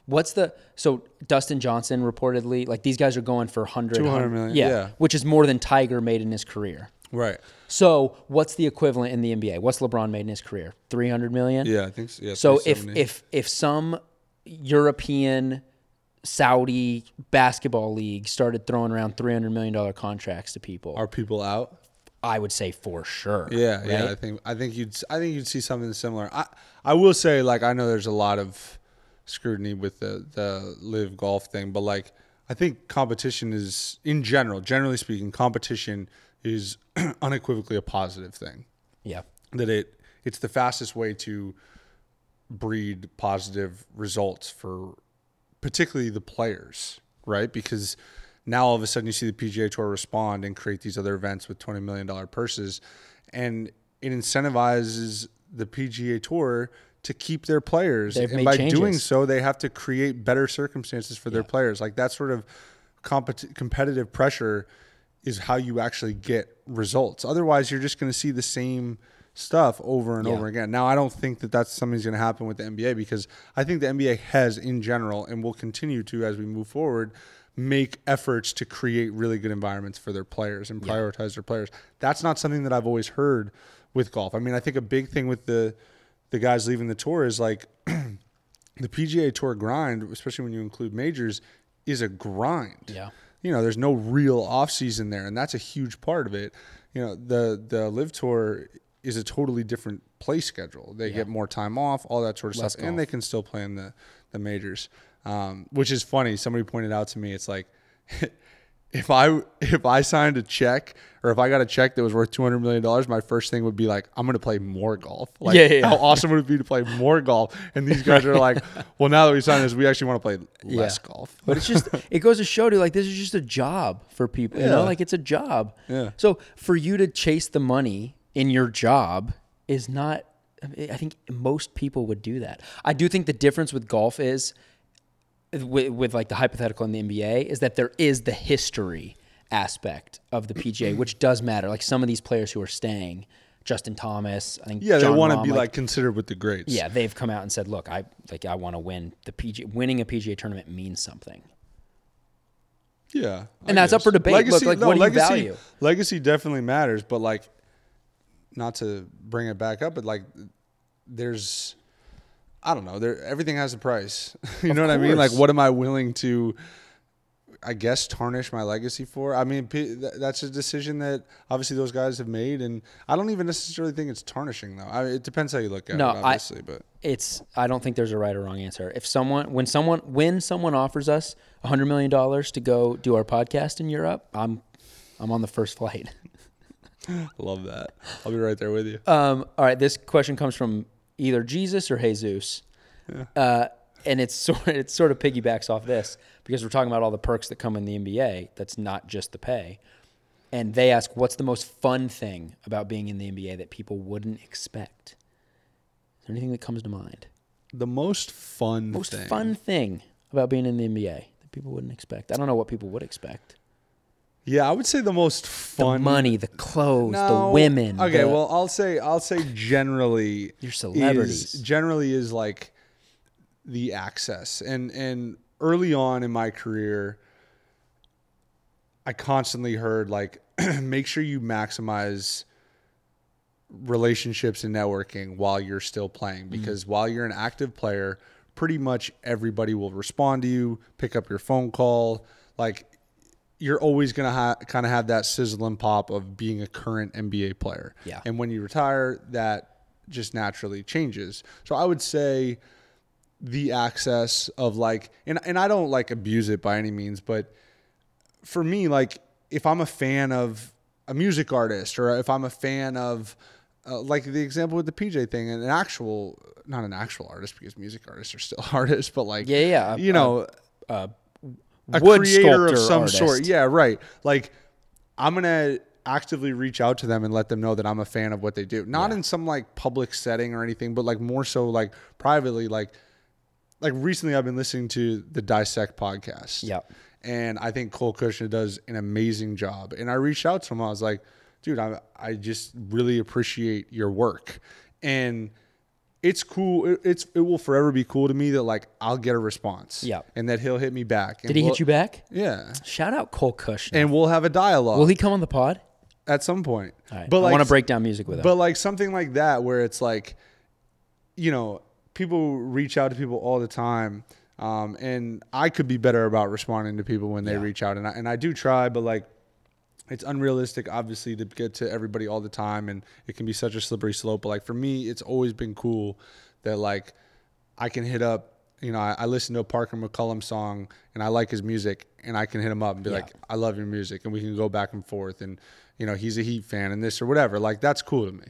what's the so Dustin Johnson reportedly like these guys are going for 100
200
hun-
million, yeah.
which is more than Tiger made in his career.
Right.
So, what's the equivalent in the NBA? What's LeBron made in his career? 300 million?
Yeah, I think so. Yeah,
So if
370.
if if some European Saudi basketball league started throwing around three hundred million dollar contracts to people,
are people out?
I would say for sure.
Yeah, yeah.
right?
I think I think you'd I think you'd see something similar. I I will say like I know there's a lot of scrutiny with the the live golf thing, but like I think competition is in general, generally speaking, competition is [CLEARS THROAT] unequivocally a positive thing.
yeah,
That it it's the fastest way to breed positive results for particularly the players, right? Because now all of a sudden you see the PGA Tour respond and create these other events with $20 million purses. And it incentivizes the PGA Tour to keep their players.
They've
and
made
by
changes.
doing so, they have to create better circumstances for their players. Like that sort of compet- competitive pressure is how you actually get results. Otherwise, you're just going to see the same stuff over and
Yeah.
over again. Now, I don't think that that's something's going to happen with the NBA because I think the NBA has, in general, and will continue to as we move forward, make efforts to create really good environments for their players and prioritize their players. That's not something that I've always heard with golf. I mean, I think a big thing with the the guys leaving the tour is like the PGA Tour grind, especially when you include majors, is a grind.
Yeah.
You know, there's no real off season there, and that's a huge part of it. You know, the the Live Tour is a totally different play schedule. They get more time off, all that sort of stuff, and they can still play in the the majors, um, which is funny. Somebody pointed out to me, it's like. [LAUGHS] If I if I signed a check or if I got a check that was worth two hundred million dollars, my first thing would be like, I'm gonna play more golf. Like,
Yeah, yeah, yeah.
how awesome would it be to play more golf? And these guys
[LAUGHS]
are like, well, now that we signed this, we actually want to play less
Yeah.
golf.
But it's just it goes to show you like this is just a job for people. You know,
Yeah.
like it's a job.
Yeah.
So for you to chase the money in your job is not. I mean, I think most people would do that. I do think the difference with golf is with, with like the hypothetical in the NBA is that there is the history aspect of the
[CLEARS THROAT]
PGA, which does matter. Like some of these players who are staying, Justin Thomas, I think.
Yeah, they
John
want to
Rahm,
be like considered with the greats.
yeah, they've come out and said, "Look, I like I want to win the PGA. Winning a PGA tournament means something."
yeah,
And that's up for debate. Look, like, what do you
legacy,
value?
Legacy definitely matters, but like, not to bring it back up, but like, there's, [LAUGHS] I don't know, there everything has a price. you know what I mean? Like,
course.
what am I willing to? I guess tarnish my legacy for. I mean, p- th- that's a decision that obviously those guys have made, and I don't even necessarily think it's tarnishing though. I, it depends how you look at
No,
it, obviously.
I,
but
it's I don't think there's a right or wrong answer. If someone when someone when someone offers us hundred million dollars to go do our podcast in Europe, I'm I'm on the first flight. [LAUGHS]
love that. I'll be right there with you.
Um, all right, this question comes from either Jesus or Jesus, uh, and it's sort [LAUGHS] it sort of piggybacks off this because we're talking about all the perks that come in the NBA. That's not just the pay. And they ask, "What's the most fun thing about being in the NBA that people wouldn't expect?" Is there anything that comes to mind?
the most fun.
Most
thing.
fun thing about being in the NBA that people wouldn't expect. I don't know what people would expect.
Yeah, I would say the most
The
fun.
money, the clothes,
No.
the women.
Okay,
the-
well, I'll say I'll say generally
[LAUGHS] Your
is-
celebrities.
generally is like the access and and early on in my career, I constantly heard like [CLEARS THROAT] make sure you maximize relationships and networking while you're still playing because while you're an active player pretty much everybody will respond to you pick up your phone call like you're always going to ha- kind of have that sizzle and pop of being a current nba player
Yeah.
and when you retire that just naturally changes so i would say the access of like and, and i don't like abuse it by any means but for me, like if I'm a fan of a music artist or if I'm a fan of uh, like the example with the PJ thing, an actual, not an actual artist because music artists are still [LAUGHS] artists, but like,
Yeah, yeah, a-
you know, a
wood
creator
sculptor
of some sort.
artist.
Yeah, right. Like I'm gonna actively reach out to them and let them know that I'm a fan of what they do. Not in some like public setting or anything, but like more so like privately, like like recently I've been listening to the Dissect podcast.
Yep.
And I think Cole Kushner does an amazing job. And I reached out to him. I was like, dude, I I just really appreciate your work. And it's cool. It, it's it will forever be cool to me that like I'll get a response.
Yep.
And that he'll hit me back.
did he hit you back?
Yeah.
Shout out Cole Kushner.
And we'll have a dialogue
Will he come on the pod?
at some point.
All right. I want to break down music with him.
But like something like that, where it's like, you know, people reach out to people all the time, um, and I could be better about responding to people when they reach out, and I, and I do try, but like, it's unrealistic, obviously, to get to everybody all the time, and it can be such a slippery slope. But like for me, it's always been cool that like I can hit up. You know, I, I listen to a Parker McCullum song and I like his music, and I can hit him up and be like, "I love your music," and we can go back and forth. And you know, he's a Heat fan and this or whatever. Like that's cool to me.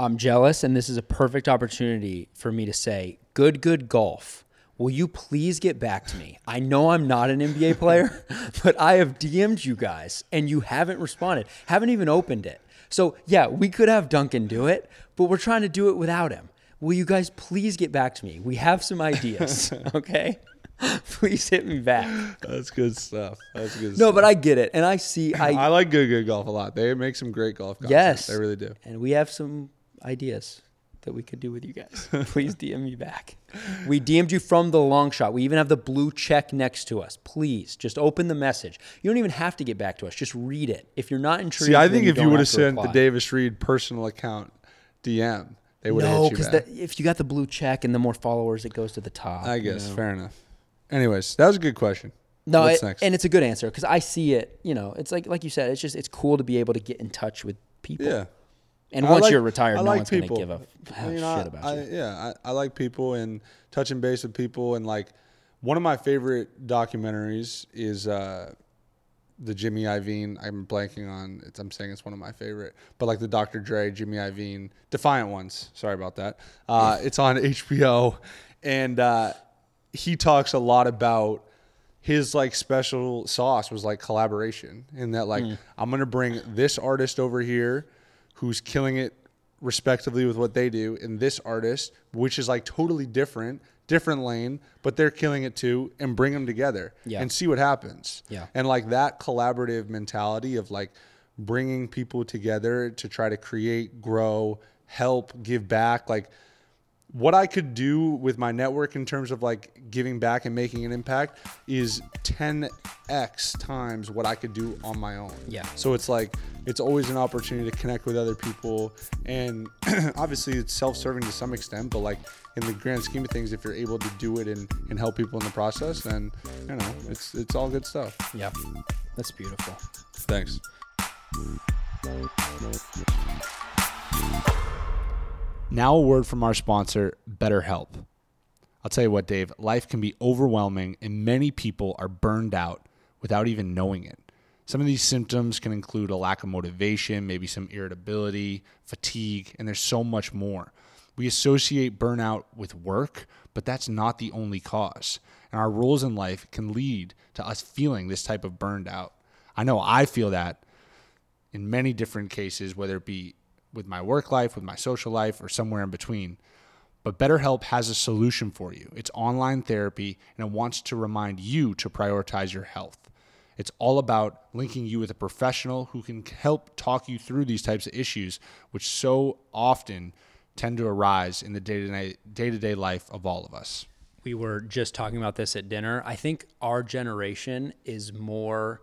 I'm jealous, and this is a perfect opportunity for me to say, good, good golf. Will you please get back to me? I know I'm not an NBA player, [LAUGHS] but I have DM'd you guys and you haven't responded, haven't even opened it. So, yeah, we could have Duncan do it, but we're trying to do it without him. Will you guys please get back to me? We have some ideas, okay? [LAUGHS] please hit me back.
That's good stuff. That's good.
No, but I get it. And I see,
[CLEARS THROAT] I
I,
like Good Good Golf a lot. They make some great golf. Content.
yes.
they really do.
And we have some ideas that we could do with you
[LAUGHS]
guys. Please DM me back. We DM'd you from the long shot. We even have the blue check next to us. Please just open the message. You don't even have to get back to us. Just read it. If you're not intrigued,
See, I
then
think if
don't
you would have
to
sent the
reply.
Davis Reed personal account DM, they would have
no,
hit you
because
back.
if you got the blue check and the more followers, it goes to the top.
I
you
guess
know?
fair enough. Anyways, that was a good question.
No,
What's
it-
next?
and it's a good answer because I see it. You know, it's like like you said, it's just it's cool to be able to get in touch with people.
yeah.
And
I
once
like-
you're retired,
I
no
like
one's going to
people.
give a
I
f- [LAUGHS]
mean,
shit
I-
about
I-
you.
Yeah, I, I like people and touching base with people and like one of my favorite documentaries is uh, the Jimmy Iovine. I'm blanking on. It's, I'm saying it's one of my favorite, but like the Dr. Dre, Jimmy Iovine, Defiant Ones. Sorry about that.
[LAUGHS]
Uh, it's on HBO, and uh, he talks a lot about his like special sauce was like collaboration and that like
Mm.
I'm gonna bring this artist over here who's killing it respectively with what they do and this artist which is like totally different different lane but they're killing it too and bring them together
Yeah.
and see what happens
Yeah.
and like that collaborative mentality of like bringing people together to try to create grow help give back like what I could do with my network in terms of like giving back and making an impact is 10x times what I could do on my own.
Yeah.
So it's like it's always an opportunity to connect with other people and [CLEARS THROAT] obviously it's self-serving to some extent, but like in the grand scheme of things if you're able to do it and, and help people in the process then you know it's it's all good stuff.
Yeah. That's beautiful.
Thanks. Now, a word from our sponsor, BetterHelp. I'll tell you what, Dave, life can be overwhelming, and many people are burned out without even knowing it. Some of these symptoms can include a lack of motivation, maybe some irritability, fatigue, and there's so much more. We associate burnout with work, but that's not the only cause. And our roles in life can lead to us feeling this type of burned out. I know I feel that in many different cases, whether it be with my work life, with my social life, or somewhere in between. But BetterHelp has a solution for you. It's online therapy and it wants to remind you to prioritize your health. It's all about linking you with a professional who can help talk you through these types of issues, which so often tend to arise in the day to day life of all of us.
we were just talking about this at dinner. I think our generation is more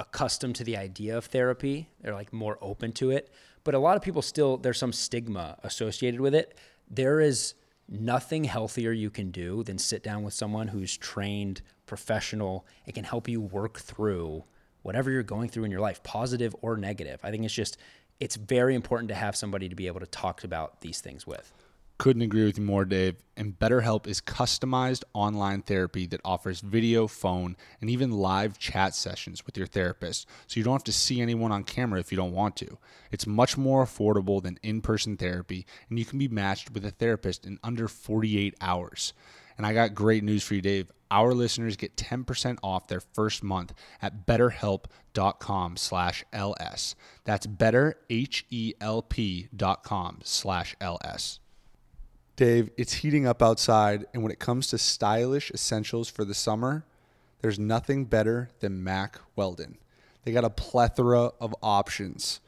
accustomed to the idea of therapy. They're like more open to it. But a lot of people still, there's some stigma associated with it. There is nothing healthier you can do than sit down with someone who's trained, professional, and can help you work through whatever you're going through in your life, positive or negative. I think it's just, it's very important to have somebody to be able to talk about these things with.
Couldn't agree with you more, Dave. And BetterHelp is customized online therapy that offers video, phone, and even live chat sessions with your therapist. So you don't have to see anyone on camera if you don't want to. It's much more affordable than in person therapy, and you can be matched with a therapist in under 48 hours. And I got great news for you, Dave. Our listeners get 10% off their first month at betterhelp.com slash LS. That's E betterhelp.com slash LS. Dave, it's heating up outside, and when it comes to stylish essentials for the summer, there's nothing better than Mack Weldon. They got a plethora of options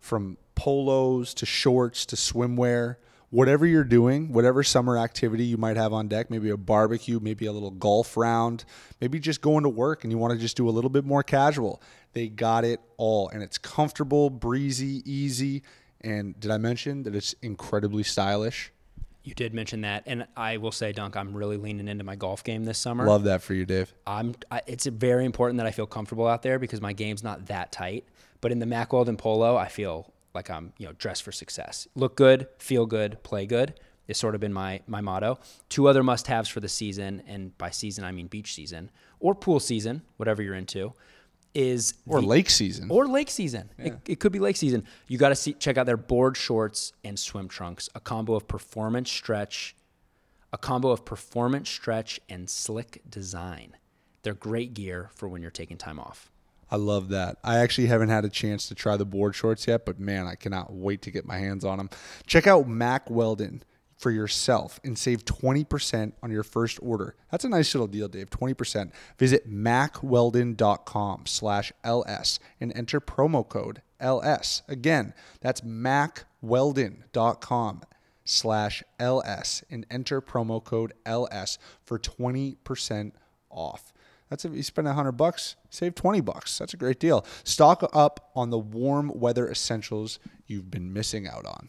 from polos to shorts to swimwear. Whatever you're doing, whatever summer activity you might have on deck, maybe a barbecue, maybe a little golf round, maybe just going to work and you want to just do a little bit more casual, they got it all. And it's comfortable, breezy, easy. And did I mention that it's incredibly stylish?
You did mention that, and I will say, Dunk, I'm really leaning into my golf game this summer.
Love that for you, Dave.
I'm. I, it's very important that I feel comfortable out there because my game's not that tight. But in the Macworld and Polo, I feel like I'm, you know, dressed for success. Look good, feel good, play good. It's sort of been my my motto. Two other must-haves for the season, and by season I mean beach season or pool season, whatever you're into, is
Or
the-
lake season.
or lake season. It, it could be lake season. You got to see check out their board shorts and swim trunks, a combo of performance stretch, a combo of performance stretch and slick design. They're great gear for when you're taking time off.
I love that. I actually haven't had a chance to try the board shorts yet, but man, I cannot wait to get my hands on them. Check out Mac Weldon for yourself and save 20% on your first order. That's a nice little deal, Dave. 20%. Visit macweldon.com slash LS and enter promo code LS. Again, that's macweldon.com slash LS and enter promo code LS for 20% off. That's if you spend a hundred bucks, save twenty bucks. That's a great deal. Stock up on the warm weather essentials you've been missing out on.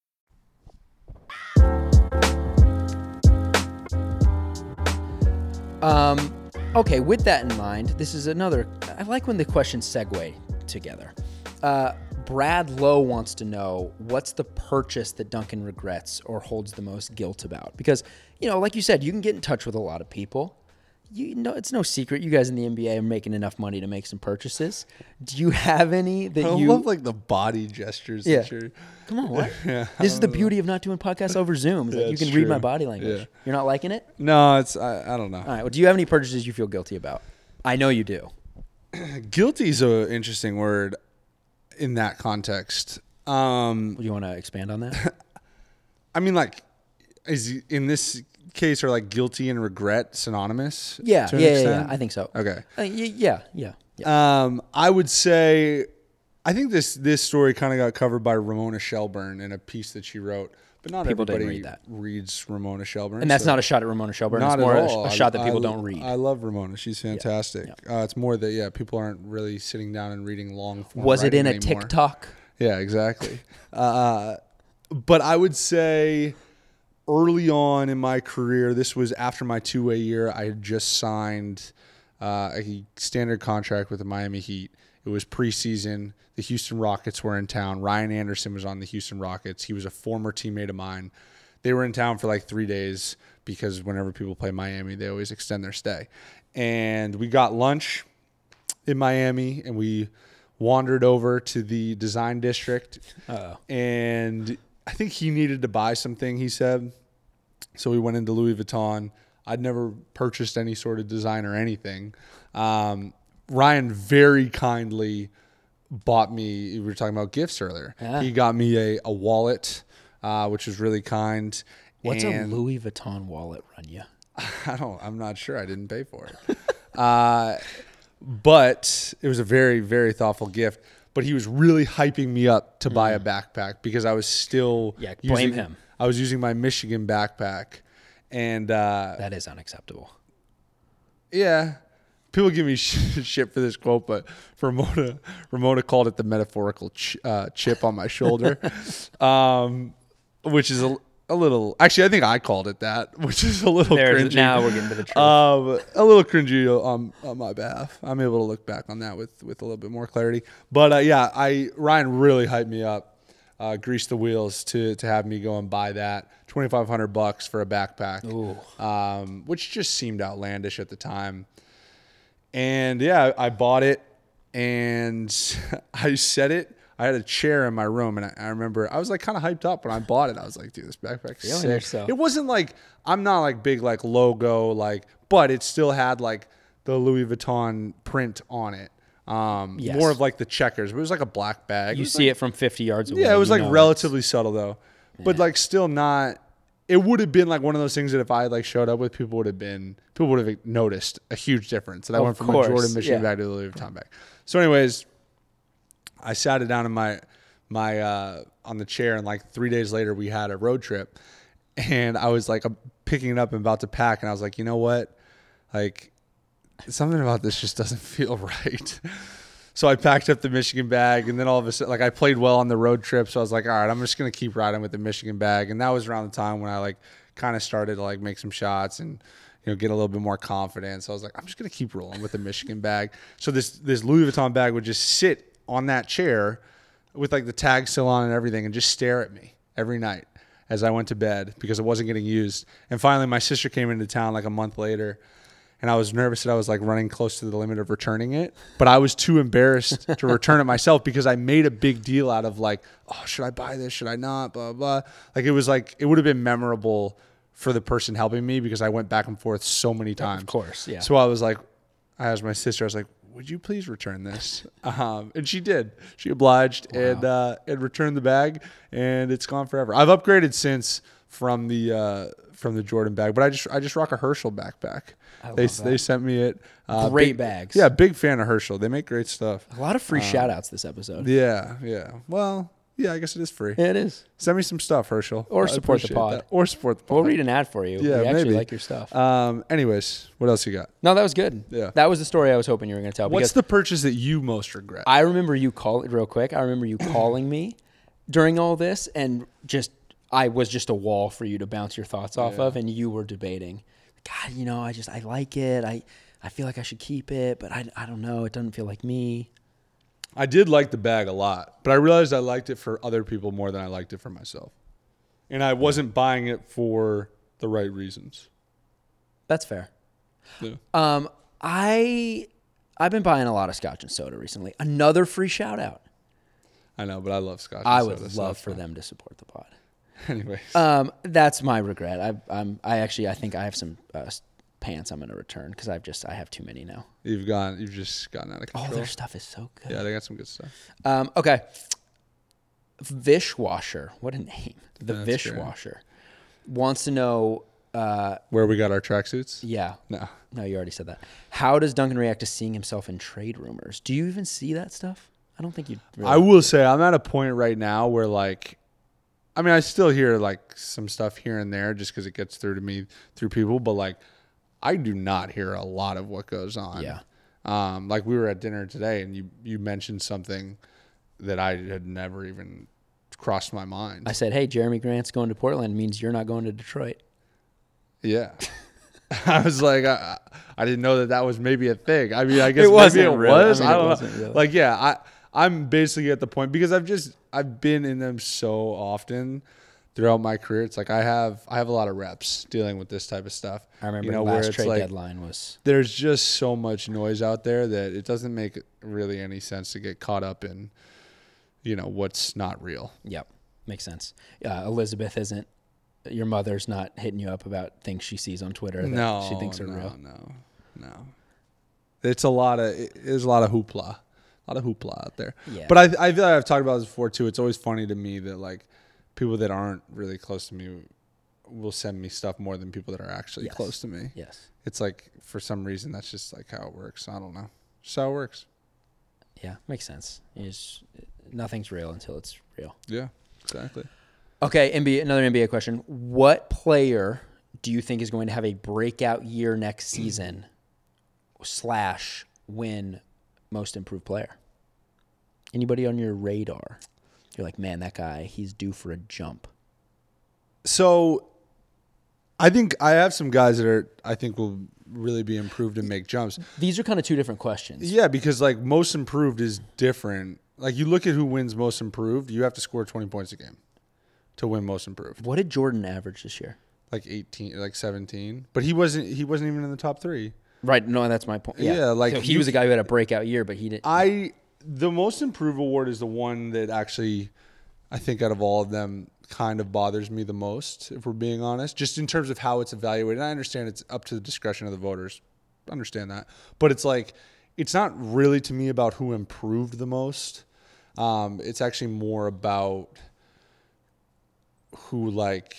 Um, okay, with that in mind, this is another. I like when the questions segue together. Uh, Brad Lowe wants to know what's the purchase that Duncan regrets or holds the most guilt about? Because, you know, like you said, you can get in touch with a lot of people. you know it's no secret you guys in the NBA are making enough money to make some purchases. Do you have any that
[LAUGHS] I
you
love like the body gestures.
yeah.
That you're,
Come on, what?
Yeah, I
this is the
don't know.
beauty of not doing podcasts over Zoom. is
Yeah,
that you
it's
can read my
true.
body language.
Yeah.
You're not liking it?
No, it's I, I don't know.
All right. Well, do you have any purchases you feel guilty about? I know you do.
Guilty is an interesting word in that context. Um,
Do you want to expand on that?
I mean, like, is in this case are like guilty and regret synonymous?
Yeah,
to an
yeah, yeah,
extent?
yeah, I think so.
Okay.
Uh, y- yeah, yeah.
Um, I would say, I think this this story kind of got covered by Ramona Shelburne in a piece that she wrote, but not
People didn't
everybody
read that.
reads Ramona Shelburne,
And that's
so-
not a shot at Ramona Shelburne.
Not
it's more
at
a sh-
all.
a,
I-
shot that
I-
people don't read.
I love Ramona; she's fantastic. Uh, it's more that yeah, people aren't really sitting down and reading long. form
Was it in a
writing anymore.
TikTok?
Yeah, exactly. uh, but I would say early on in my career, this was after my two way year, I had just signed uh, a standard contract with the Miami Heat. It was preseason. The Houston Rockets were in town. Ryan Anderson was on the Houston Rockets. He was a former teammate of mine. They were in town for like three days because whenever people play Miami, they always extend their stay. And we got lunch in Miami and we wandered over to the design district. And I think he needed to buy something, he said. So we went into Louis Vuitton. I'd never purchased any sort of design or anything. Um, Ryan very kindly bought me, we were talking about gifts earlier.
Yeah.
He got me a, a wallet, uh, which was really kind.
What's
And-
a Louis Vuitton wallet run you?
[LAUGHS] I don't. I'm not sure. I didn't pay for it. uh, but it was a very, very thoughtful gift. But he was really hyping me up to buy a backpack because I was still
Mm. Yeah, blame
using-
him.
I was using my Michigan backpack, and uh,
That is unacceptable.
yeah, people give me [LAUGHS] sh- shit for this quote, but Ramona Ramona called it the metaphorical ch- uh, chip on
[LAUGHS]
my shoulder, um, which is a, a little. Actually, I think I called it that, which is a little
There's-
cringy.
now we're getting to the truth.
Um, a little cringy uh, on, on my behalf. I'm able to look back on that with with a little bit more clarity. But uh, yeah, I Ryan really hyped me up. Uh, greased the wheels to to have me go and buy that twenty five hundred bucks for a backpack, Um, which just seemed outlandish at the time. And yeah, I I bought it and [LAUGHS] I set it. I had a chair in my room and I, I remember I was like kind of hyped up when I bought it. I was like, dude, this backpack's
Feeling
sick.
yourself.
It wasn't like I'm not like big like logo like, but it still had like the Louis Vuitton print on it. Um,
Yes.
more of like the checkers, but it was like a black bag.
You
was,
see
like-
it from 50 yards away.
yeah, it was
you
like
know
relatively subtle though, but like still not. It would have been like one of those things that if I had like showed up with, people would have been people would have noticed a huge difference that I
Of
went from
course,
a Jordan Michigan
yeah.
back to the Louis Vuitton bag. So, anyways, I sat it down in my my uh, on the chair, and like three days later, we had a road trip, and I was like picking it up and about to pack, and I was like, you know what, like something about this just doesn't [LAUGHS] feel right. So I packed up the Michigan bag, and then all of a sudden, like I played well on the road trip, so I was like, all right, I'm just gonna keep riding with the Michigan bag, and that was around the time when I like kind of started to like make some shots and you know get a little bit more confidence. So I was like, I'm just gonna keep rolling with the Michigan bag. So this this Louis Vuitton bag would just sit on that chair with like the tag still on and everything, and just stare at me every night as I went to bed because it wasn't getting used. And finally, my sister came into town like a month later, and I was nervous that I was like running close to the limit of returning it, but I was too embarrassed
[LAUGHS]
to return it myself because I made a big deal out of like, oh, should I buy this? Should I not? Blah blah. Like it was like it would have been memorable for the person helping me because I went back and forth so many times. Of
course, yeah.
So I was like, I asked my sister, I was like, would you please
[LAUGHS]
return this? Um, and she did. She obliged and uh, and returned the bag, and it's gone forever. I've upgraded since from the uh, from the Jordan bag, but I just I just rock a Herschel backpack. They they sent me it. Uh,
Great
big-
bags.
Yeah, big fan of Herschel. They make great stuff.
A lot of
uh,
free shout outs this episode.
Yeah, yeah. Well, yeah. I guess it is free.
Yeah, it is.
Send me some stuff, Herschel.
Or
I
support the
appreciate
pod.
that. Or support the pod.
We'll read an ad for you.
Yeah,
we actually
maybe.
like your stuff.
Um. Anyways, what else you got?
no, that was good.
yeah.
That was the story I was hoping you were going to tell.
What's
because
the purchase that you most regret?
I remember you call it real quick. I remember you calling me during all this and just I was just a wall for you to bounce your thoughts off of and you were debating. God, you know, I just I like it. I I feel like I should keep it, but I I don't know. It doesn't feel like me.
I did like the bag a lot, but I realized I liked it for other people more than I liked it for myself. And I wasn't buying it for the right reasons.
That's fair.
Yeah.
Um, I I've been buying a lot of scotch and soda recently. Another free shout out.
I know, but I love scotch.
I
and
would
soda, so
love
that's
for
fine.
them to support the pod.
[LAUGHS] Anyway,
Um, that's my regret. I, I'm I actually I think I have some uh, s- pants I'm gonna return because I've just I have too many now.
you've gone. You've just gotten out of
Oh,
control.
their stuff is so good.
Yeah, they got some good stuff.
Um, okay. Vishwasher. What a name. The
That's great.
Vishwasher wants to know. Uh,
Where we got our tracksuits?
yeah.
No.
No, you already said that. How does Duncan react to seeing himself in trade rumors? Do you even see that stuff? I don't think you. Really
I will say I'm at a point right now where like I mean I still hear like some stuff here and there just cuz it gets through to me through people but like I do not hear a lot of what goes on.
Yeah.
Um like we were at dinner today and you you mentioned something that I had never even crossed my mind.
I said, "Hey, Jeremy Grant's going to Portland means you're not going to Detroit."
yeah. [LAUGHS] I was like I, I didn't know that that was maybe a thing. I mean I guess
wasn't
maybe it
really- I
was.
mean,
I,
it
don't
wasn't
know.
really.
Like yeah, I I'm basically at the point because I've just I've been in them so often throughout my career. It's like I have I have a lot of reps dealing with this type of stuff.
I remember
you know,
the
where
last
it's
trade
like
deadline was.
there's just so much noise out there that it doesn't make really any sense to get caught up in you know what's not real.
Yep, makes sense. Uh, Elizabeth isn't. Your mother's not hitting you up about things she sees on Twitter that
no,
she thinks are
no,
real.
No, no, it's a lot of it- it's a lot of hoopla, a lot of hoopla out there.
Yeah.
But I I feel like I've talked about this before too. It's always funny to me that like people that aren't really close to me will send me stuff more than people that are actually
Yes.
close to me.
Yes.
It's like for some reason that's just like how it works. I don't know. Just how it works.
Yeah, makes sense. You just- nothing's real until it's real.
Yeah. Exactly.
Okay, NBA, another NBA question. What player do you think is going to have a breakout year next season slash win most improved player? Anybody on your radar? You're like, man, that guy, he's due for a jump.
So I think I have some guys that are I think will really be improved and make jumps.
These are kind of two different questions.
Yeah, because like most improved is different. Like you look at who wins most improved, you have to score 20 points a game to win most improved.
What did Jordan average this year?
Like 18, like 17. But he wasn't he wasn't even in the top 3.
Right. No, that's my point. Yeah.
Yeah, like,
So he
you-
was a guy who had a breakout year, but he didn't.
I the most improved award is the one that actually I think out of all of them kind of bothers me the most, if we're being honest, just in terms of how it's evaluated. I understand it's up to the discretion of the voters. Understand that. But it's like it's not really to me about who improved the most. Um, it's actually more about who like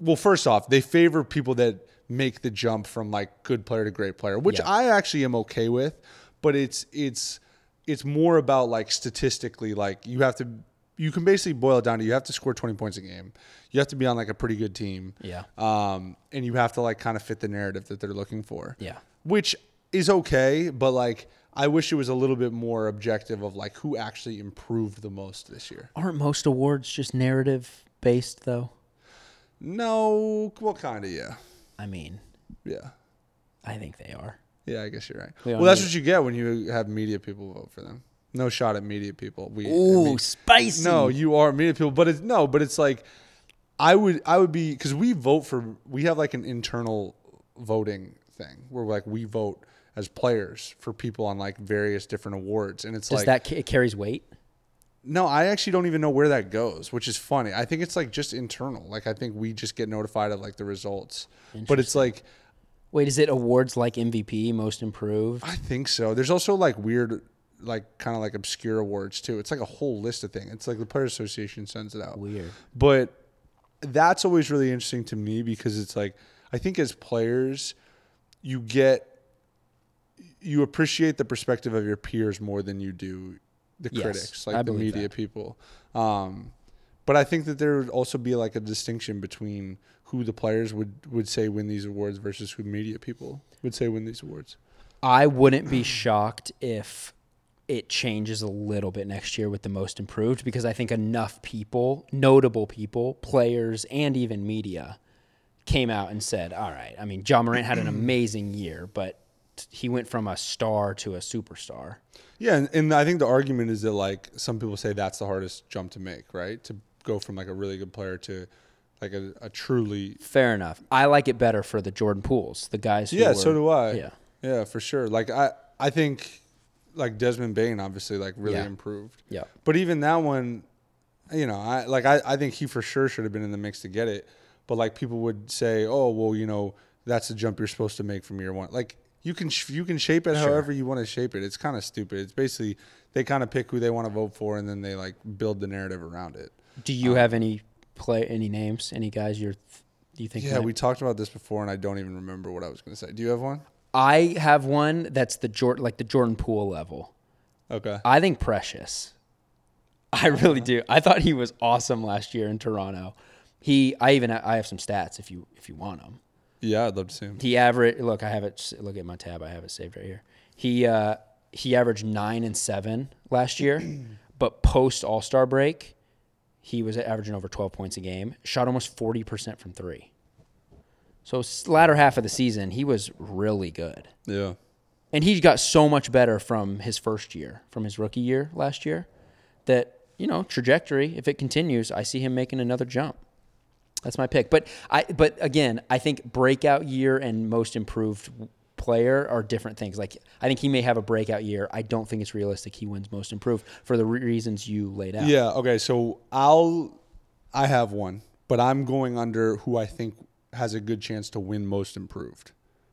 well first off they favor people that make the jump from like good player to great player which
Yeah.
i actually am okay with but it's it's it's more about like statistically like you have to you can basically boil it down to you have to score 20 points a game you have to be on like a pretty good team
Yeah.
um and you have to like kind of fit the narrative that they're looking for
Yeah.
which is okay but like i wish it was a little bit more objective of like who actually improved the most this year
Aren't most awards just narrative based, though?
no well kind of yeah
I mean,
yeah
I think they are.
Yeah, I guess you're right.
We don't
well, that's
need-
what you get when you have media people vote for them. No shot at media people. We
Ooh,
I mean-
spicy.
No, you are media people, but it's no, but it's like I would I would be because we vote for we have like an internal voting thing where like we vote as players for people on like various different awards, and it's
Does
like
that ca- it carries weight?
no, I actually don't even know where that goes, which is funny. I think it's like just internal. Like I think we just get notified of like the results, but it's like.
Wait, is it awards like MVP, most improved?
I think so. There's also like weird, like kind of like obscure awards too. It's like a whole list of things. It's like the player association sends it out.
Weird.
But that's always really interesting to me because it's like I think as players, you get you appreciate the perspective of your peers more than you do the
Yes,
critics,
I
like the
believe
media
that.
people. Um, but I think that there would also be like a distinction between who the players would would say win these awards versus who media people would say win these awards.
I wouldn't be shocked if it changes a little bit next year with the most improved because I think enough people, notable people, players, and even media came out and said, all right, I mean, John Morant had
[CLEARS THROAT]
an amazing year, but he went from a star to a superstar.
Yeah, and, and I think the argument is that like some people say that's the hardest jump to make, right? To go from like a really good player to like a, a truly
Fair enough. I like it better for the Jordan Pools, the guys. Who
yeah
were-
so do i
Yeah,
yeah for sure like i i think like desmond bain obviously like really
Yeah.
improved
Yeah.
but even that one you know i like I, I think he for sure should have been in the mix to get it but like people would say oh well you know that's the jump you're supposed to make from year one like you can sh- you can shape it
Sure.
however you want to shape it it's kind of stupid it's basically they kind of pick who they want to vote for and then they like build the narrative around it
Do
Um,
you have any play, any names, any guys you're, th- you think?
yeah
might-
we talked about this before and i don't even remember what i was going to say do you have one
I have one that's the Jordan, like the Jordan Poole level.
okay
I think Precious. I really do. I thought he was awesome last year in Toronto. He, I even, I have some stats if you if you want them.
yeah i'd love to see him
He average. Look, I have it. s- Look at my tab. I have it saved right here. He uh, he averaged nine and seven last year, [CLEARS THROAT] but post All Star break, he was averaging over twelve points a game. Shot almost forty percent from three. So s- latter half of the season, he was really good,
yeah
and he got so much better from his first year, from his rookie year last year, that you know trajectory. If it continues, I see him making another jump. That's my pick. But I but again, I think breakout year and most improved player are different things. Like I think he may have a breakout year. I don't think it's realistic he wins most improved for the re- reasons you laid out.
Yeah. Okay. So I'll, I have one, but I'm going under who I think has a good chance to win most improved,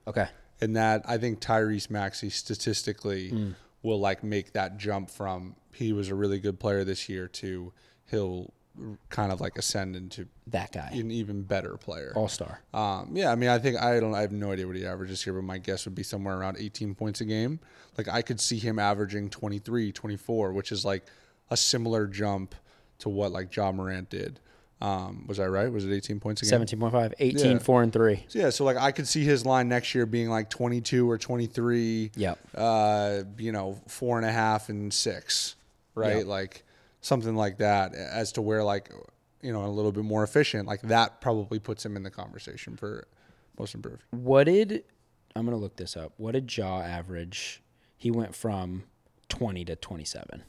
Okay.
and that I think Tyrese Maxey statistically
Hmm.
will like make that jump from he was a really good player this year to he'll kind of like ascend into
That guy.
an even better player.
All-star.
Um, yeah, I mean, I think I don't. I have no idea what he averages here, but my guess would be somewhere around 18 points a game. Like I could see him averaging 23, 24, which is like a similar jump to what like John Morant did. Um, was I right? Was it 18 points a game?
17.5, 18, 4 and 3.
So, yeah, so like I could see his line next year being like 22 or 23.
Yep.
Uh, you know, four and a half and six, right?
Yep.
Like something like that, as to where like you know a little bit more efficient. Like that probably puts him in the conversation for most improved.
What did I'm going to look this up. What did Jaw average? He went from 20 to 27.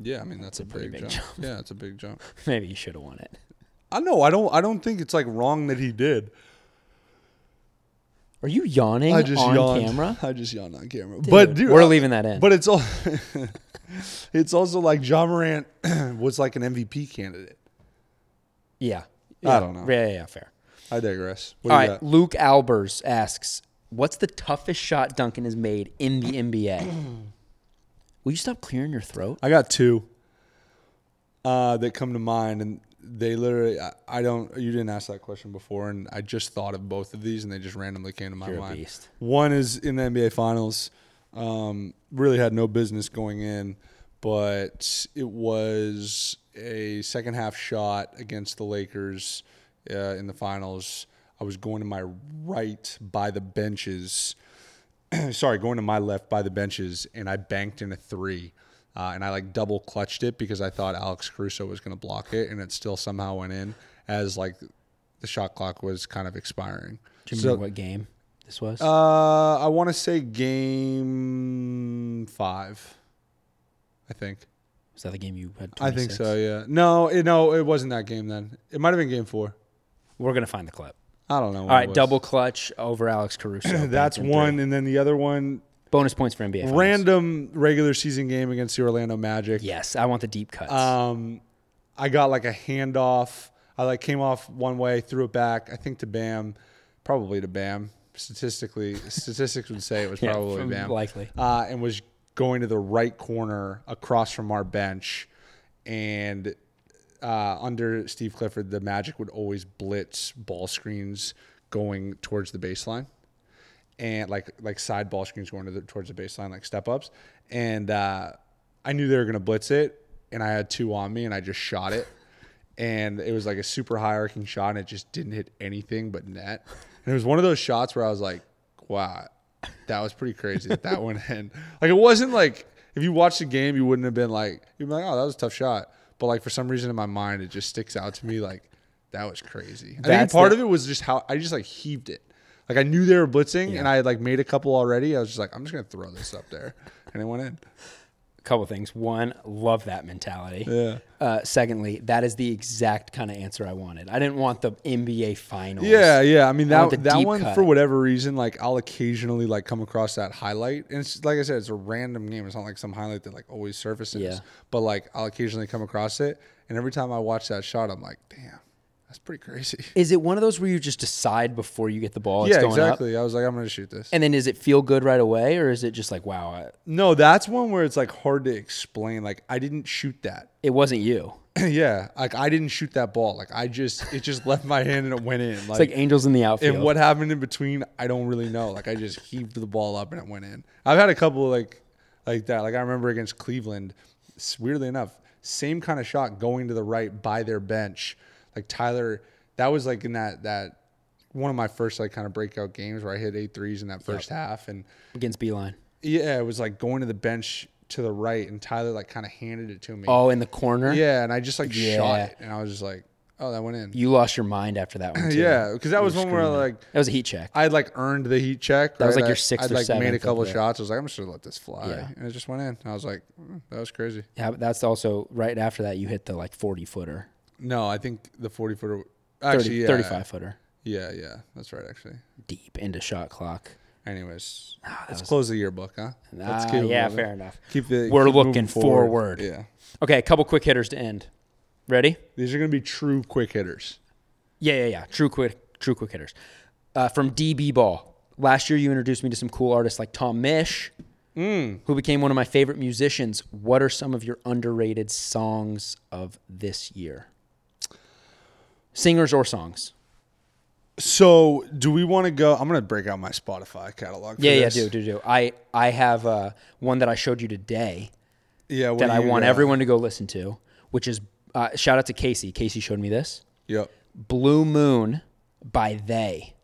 Yeah, I mean that's, a, pretty big, jump. Yeah, it's a big jump.
[LAUGHS] Maybe he should have won it.
I know. I don't. I don't think it's like wrong that he did.
Are you yawning
I just
on
yawned.
camera?
[LAUGHS] I just yawned on camera. but dude,
we're
I-
leaving that in.
But it's all. [LAUGHS] it's also like John Morant [CLEARS THROAT] was like an MVP candidate.
Yeah.
I don't know.
Yeah, yeah, yeah fair.
I digress. What
All
do you
right,
got?
Luke Albers asks, "What's the toughest shot Duncan has made in the
[CLEARS THROAT]
NBA?" Will you stop clearing your throat?
I got two uh, that come to mind, and they literally. I, I don't. You didn't ask that question before, and I just thought of both of these, and they just randomly came to my
You're a
mind.
beast.
One is in the NBA Finals. Um, really had no business going in, but it was a second half shot against the Lakers uh, in the finals. I was going to my right by the benches sorry, going to my left by the benches, and I banked in a three. Uh, and I like double clutched it because I thought Alex Caruso was going to block it, and it still somehow went in as like the shot clock was kind of expiring.
Do you
So,
remember what game this was?
uh, I want to say game five, I think.
was that the game you had?
I think
26?
so. Yeah. No, it, no, it wasn't that game then. It might have been game four.
We're gonna find the clip.
I don't know. when
All
Oh, it
right,
was. [CLEARS THROAT]
double clutch over Alex Caruso.
That's
Back in
one,
three.
and then the other one,
bonus points for NBA. Finals.
random regular season game against the Orlando Magic.
Yes, I want the deep cuts.
Um, I got like a handoff. I like came off one way, threw it back. I think to Bam, probably to Bam. Statistically, statistics would say it was
[LAUGHS] Yeah,
probably
from-
Bam.
likely.
uh, and was going to the right corner across from our bench, and uh, under Steve Clifford, the Magic would always blitz ball screens going towards the baseline and like like side ball screens going to the, towards the baseline, like step ups. And uh, I knew they were gonna blitz it, and I had two on me, and I just shot it, [LAUGHS] and it was like a super high arcing shot, and it just didn't hit anything but net. And it was one of those shots where I was like, wow, that was pretty crazy that that went in. [LAUGHS] Like it wasn't like if you watched the game, you wouldn't have been like you'd be like, oh, that was a tough shot. But like for some reason in my mind, it just sticks out to me like that was crazy. I think
That's
part
the-
of it was just how I just like heaved it. Like I knew they were blitzing, and I had like made a couple already. I was just like, I'm just gonna throw this up there, and it went in.
couple things. One, love that mentality.
Yeah.
Uh, secondly, that is the exact kind of answer I wanted. I didn't want the NBA finals.
Yeah, yeah. I mean that
want the
that
deep
one
cut.
for whatever reason, like I'll occasionally like come across that highlight, and it's like I said, it's a random game. It's not like some highlight that like always surfaces.
Yeah.
But like I'll occasionally come across it, and every time I watch that shot, I'm like, damn, that's pretty crazy.
Is it one of those where you just decide before you get the ball?
yeah,
it's going
exactly.
Up?
I was like, I'm gonna shoot this.
And then does it feel good right away, or is it just like, wow, I,
No, that's one where it's like hard to explain. Like I didn't shoot that.
it wasn't you?
yeah, like I didn't shoot that ball. Like I just it just left my hand and it went in. Like,
like angels in the outfield.
And what happened in between, I don't really know. Like I just heaved the ball up and it went in. I've had a couple like like that. Like I remember against Cleveland, s- weirdly enough, same kind of shot going to the right by their bench. Like Tyler, that was like in that that one of my first like kind of breakout games where I hit eight threes in that first half and
against Beeline?
yeah, it was like going to the bench to the right, and Tyler like kind of handed it to me.
Oh, in the corner.
yeah, and I just like shot
Yeah.
it, and I was just like, "Oh, that went in."
You lost your mind after that
[CLEARS THROAT]
one. Too.
yeah, because that
You
was
were
one where
screaming.
like
that was a heat check.
I had like earned the heat check.
That was,
right?
like, your
I-
sixth
I'd
or
like made a
seventh
couple
of the-
shots. I was like, I'm just gonna let this fly,
Yeah.
and it just went in. I was like, "Mm, that was crazy.
Yeah, but that's also right after that you hit the like forty footer,
No, I think the 40 footer,
30,
actually, yeah,
35 footer,
Yeah, yeah, that's right. Actually,
deep into shot clock.
anyways, let's close the yearbook, huh? Let's
Ah,
keep
yeah,
moving.
fair enough.
Keep the
We're
keep moving
looking forward.
Yeah,
Okay, a couple quick hitters to end. Ready?
these are gonna be true quick hitters.
Yeah, yeah, yeah. True quick, true quick hitters. Uh, from DB Ball. Last year, you introduced me to some cool artists like Tom Mish, who became one of my favorite musicians. What are some of your underrated songs of this year? Singers or songs?
So, do we want to go? I'm gonna break out my Spotify catalog. For
Yeah, yeah,
this.
do, do, do. I I have uh, one that I showed you today
Yeah, what
that
do
I
you
want
got?
everyone to go listen to, which is uh, shout out to Casey. Casey showed me this.
Yep.
Blue Moon by They.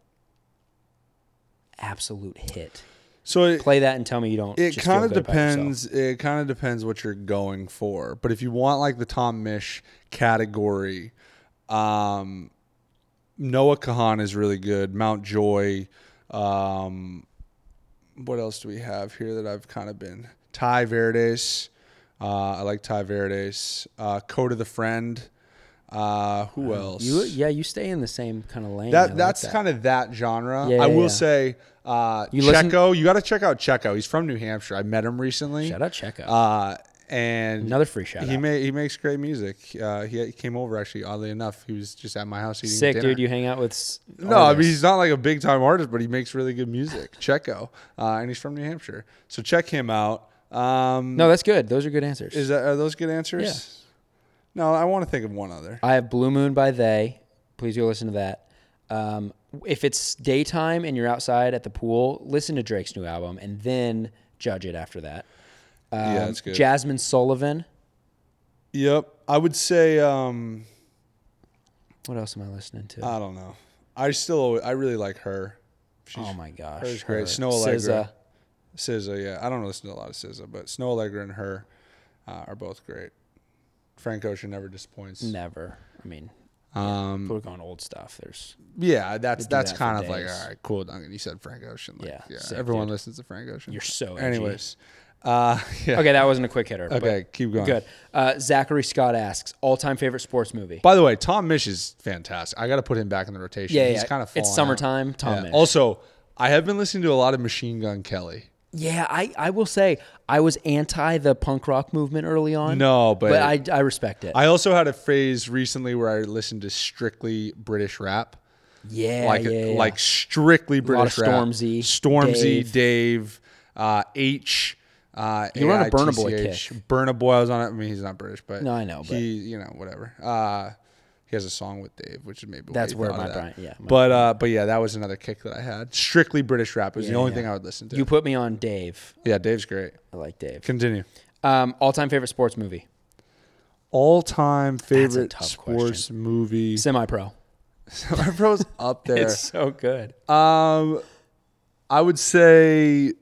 Absolute hit.
So it,
Play that and tell me you don't.
it
just feel
kind of
good about yourself.
depends. It kind of depends what you're going for. But if you want like the Tom Mish category, um, Noah Kahan is really good. Mount Joy. Um, what else do we have here that I've kind of been? Ty Verdes. Uh, I like Ty Verdes. Uh, Code of the Friend. Uh, who else?
You, yeah, you stay in the same kind of lane. I
That
like
that's
that.
kind of that genre.
Yeah,
I
yeah,
will
yeah.
say, uh,
You listen-
Checo, you got to check out Checo. He's from New Hampshire. I met him recently.
Shout out Checo.
Uh, and
Another free shout
He
out.
ma- he makes great music. Uh, he, he came over actually. Oddly enough, he was just at my house eating
Sick,
dinner.
dude. You hang out with. s-
no, I mean
artists.
he's not like a big time artist, but he makes really
[LAUGHS]
good music. Checo, uh, and he's from New Hampshire, so check him out. Um,
no, that's good. Those are good answers.
is that are those good answers?
Yeah.
No, I want to think of one other.
I have Blue Moon by They. Please go listen to that. Um, if it's daytime and you're outside at the pool, listen to Drake's new album and then judge it after that.
yeah,
Um,
that's good.
Jasmine Sullivan.
yep, I would say. Um,
What else am I listening to?
I don't know. I still, always, I really like her. She's,
oh my gosh,
her's great.
her.
Snow Allegra.
SZA.
SZA, yeah. I don't listen to a lot of SZA, but Snow Allegra and her uh, are both great. Frank Ocean never disappoints.
Never. I mean,
Um,
we're going old stuff.
[LAUGHS]
There's
yeah, that's
do
that's
that for
kind of like
days.
all right, cool, Duncan. You said Frank Ocean. Like, yeah,
Yeah, sick,
everyone
dude.
listens to Frank Ocean.
You're so edgy.
Anyways, uh, [LAUGHS] yeah.
okay. That wasn't a quick hitter. but
Okay, keep going.
Good. Uh, Zachary Scott asks all-time favorite sports movie.
By the way, Tom Mish is fantastic. I got to put him back in the rotation.
Yeah,
he's
yeah.
kind of
It's summertime, Tom Misch.
Also, I have been listening to a lot of Machine Gun Kelly.
yeah, I, I will say I was anti the punk rock movement early on.
No, but-
but I I respect it.
I also had a phase recently where I listened to strictly British rap,
yeah,
like
yeah, yeah.
like strictly
lot of
British rap.
Stormzy,
Stormzy, Dave,
Dave.
uh, H. Uh,
You were on a Burna Boy
AITCH.
kick.
Burna Boy, I was on it. I mean, he's not British, but
No, I know, but-
he, you know, whatever. Uh, he has a song with Dave, which is maybe why
That's
you
where
thought of
my
that.
brain- yeah, my
but uh, but yeah, that was another kick that I had. Strictly British rap. It was the only
yeah.
thing I would listen to.
you put me on Dave.
yeah, Dave's great.
I like Dave.
Continue.
Um, all-time favorite sports movie.
All-time favorite
tough
sports movie.
Semi-pro.
[LAUGHS] My bro's up there.
[LAUGHS] It's so good.
Um, I would say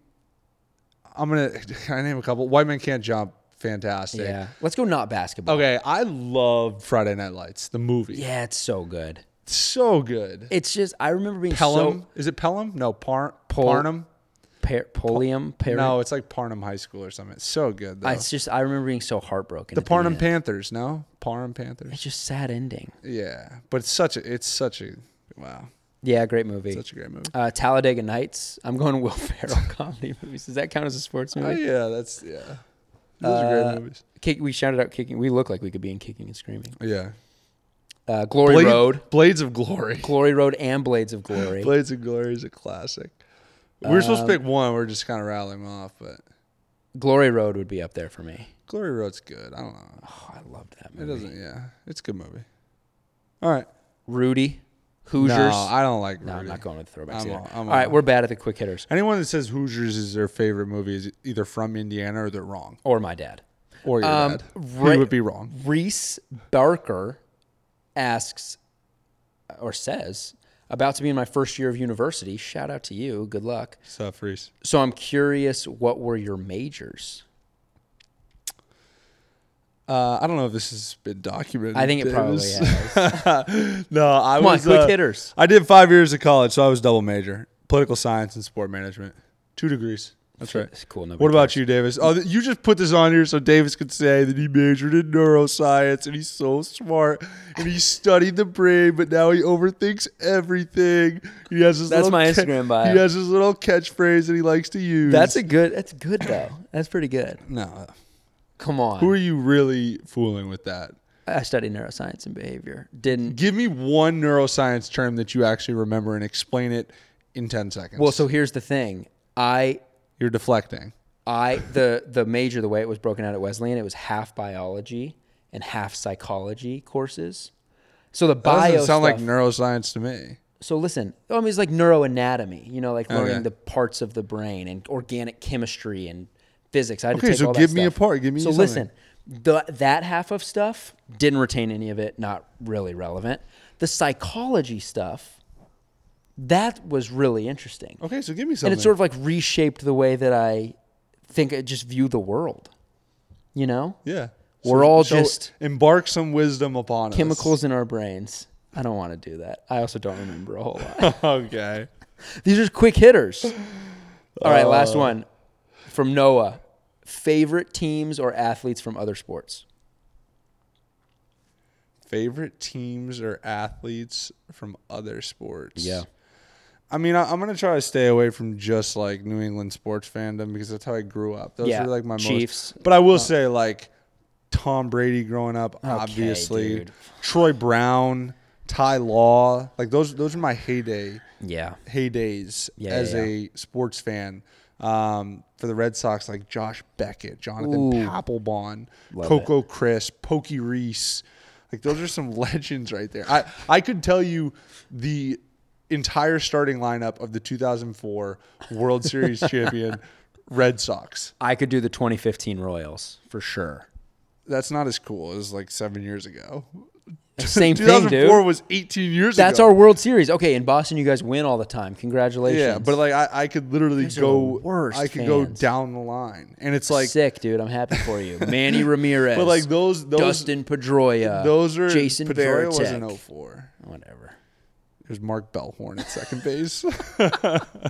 I'm gonna [LAUGHS] can I name a couple. White Man Can't Jump, fantastic.
Yeah. Let's go not basketball.
Okay, I love Friday Night Lights, the movie.
Yeah, it's so good.
It's so good.
It's just I remember being
Pelham,
so
is it Pelham? No, Par-
Pol-
Parnum.
par- Polium. Par-
no, it's like Parnham High School or something. It's so good. Though.
I- it's just I remember being so heartbroken.
the
at
Parnham
end.
Panthers. No, Parnham Panthers.
It's just sad ending.
Yeah, but it's such a. It's such a. Wow.
Yeah, great movie.
Such a great movie.
Uh, Talladega Nights. I'm going Will [LAUGHS] Ferrell comedy movies. Does that count as a sports
Oh
movie?
yeah, that's yeah. Those are
Uh,
great movies.
Kick, we shouted out kicking. We look like we could be in Kicking and Screaming.
Yeah.
Uh, Glory
Blade-
Road,
Blades of Glory.
[LAUGHS] Glory Road, and Blades of Glory.
Blades of Glory is a classic. We were supposed to
Um,
pick one. We're just kind of rattling off, but
Glory Road would be up there for me.
Glory Road's good. I don't know.
Oh, I loved that
It
movie.
doesn't. Yeah, it's a good movie. All right.
Rudy, Hoosiers.
No, I don't like.
No, I'm
Rudy.
not going with the throwbacks
I'm
either.
all- I'm
all right,
all-
we're bad at the quick hitters.
Anyone that says Hoosiers is their favorite movie is either from Indiana or they're wrong.
Or my dad.
Or your
Um,
dad.
Re-
he would be wrong.
Reese Barker asks or says, about to be in my first year of university. Shout out to you. Good luck.
Suffries.
So I'm curious, what were your majors?
Uh, I don't know if this has been documented.
I think it
[LAUGHS]
probably
Davis.
has.
no, I
Come on,
was
quick
uh,
hitters.
I did five years of college, so I was double major: political science and sport management. Two degrees. That's right.
That's cool, nobody
What about you, Davis? Oh, th- you just put this on here so Davis could say that he majored in neuroscience and he's so smart and he studied the brain, but now he overthinks everything. He has his
That's
little
my
ca-
Instagram bio.
He has his little catchphrase that he likes to use.
That's a good. That's good though. That's pretty good.
no.
Come on.
Who are you really fooling with that?
I studied neuroscience and behavior. Didn't.
Give me one neuroscience term that you actually remember and explain it in 10 seconds.
Well, so here's the thing. I
you're deflecting.
I the the major the way it was broken out at Wesleyan it was half biology and half psychology courses. So the
That
bio
doesn't sound like
stuff-
neuroscience to me.
so listen, I mean, it's like neuroanatomy, you know, like learning
Okay.
the parts of the brain and organic chemistry and physics. I had
Okay,
to take
so
all that
give me a
stuff.
part, give me
So
something.
listen, the, that half of stuff didn't retain any of it. Not really relevant. The psychology stuff that was really interesting,
Okay, so give me Oh, something.
and it sort of like reshaped the way that I think I just view the world. You know,
yeah.
we're all just-
embark some wisdom upon us.
chemicals in our brains. I don't want to do that. I also don't remember a whole lot.
[LAUGHS] okay.
These are quick hitters. All right, last one from Noah. Favorite teams or athletes from other sports?
Favorite teams or athletes from other sports? I mean, I, I'm gonna try to stay away from just like New England sports fandom because that's how I grew up. Those
Yeah,
are like my
Chiefs. Uh,
most. But I will say, like Tom Brady growing up, obviously,
dude.
Troy Brown, Ty Law, like those. Those are my heyday
Yeah.
heydays
Yeah,
as
yeah,
a sports fan. Um, for the Red Sox, like Josh Beckett, Jonathan Papelbon, Coco Crisp, Pokey Reese. Like those are some [LAUGHS] legends right there. I, I could tell you the entire starting lineup of the 2004
[LAUGHS]
World Series champion Red Sox.
I could do the 2015 Royals for
[LAUGHS]
sure.
That's not as cool as like seven years ago. [LAUGHS]
Same thing,
2004
dude.
was 18 years
That's
ago.
our World Series. Okay, in Boston, you guys win all the time. Congratulations.
Yeah, but like I, I could literally
These are
go
the worst
I could go
fans.
down the line, and it's like
sick, dude. I'm happy for
[LAUGHS]
you. Manny Ramirez.
But, like, those- those-
Dustin Pedroia.
Those are
Jason
Pedroia
Veritek.
was an 04.
Whatever.
There's Mark Bellhorn at second base. [LAUGHS]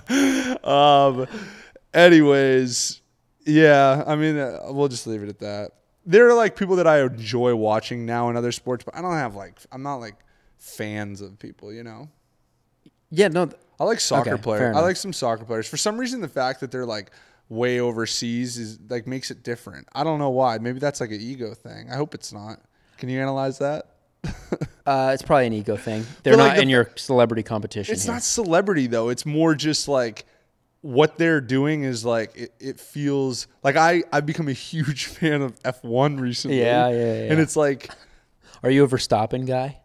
um, anyways, yeah, I mean, uh, we'll just leave it at that. There are like people that I enjoy watching now in other sports, but I don't have like I'm not like fans of people, you know.
Yeah, no. th-
I like soccer
Okay, fair
players. I
enough.
like some soccer players. For some reason, the fact that they're like way overseas is like makes it different. I don't know why. Maybe that's like an ego thing. I hope it's not. Can you analyze that?
Uh, it's probably an ego thing. They're
like,
not
the-
in your celebrity competition.
It's
here.
not celebrity though. It's more just like what they're doing is like it, it feels like I I've become a huge [LAUGHS] fan of F1 recently.
Yeah, yeah,
And
yeah.
it's like
Are you a Verstappen guy?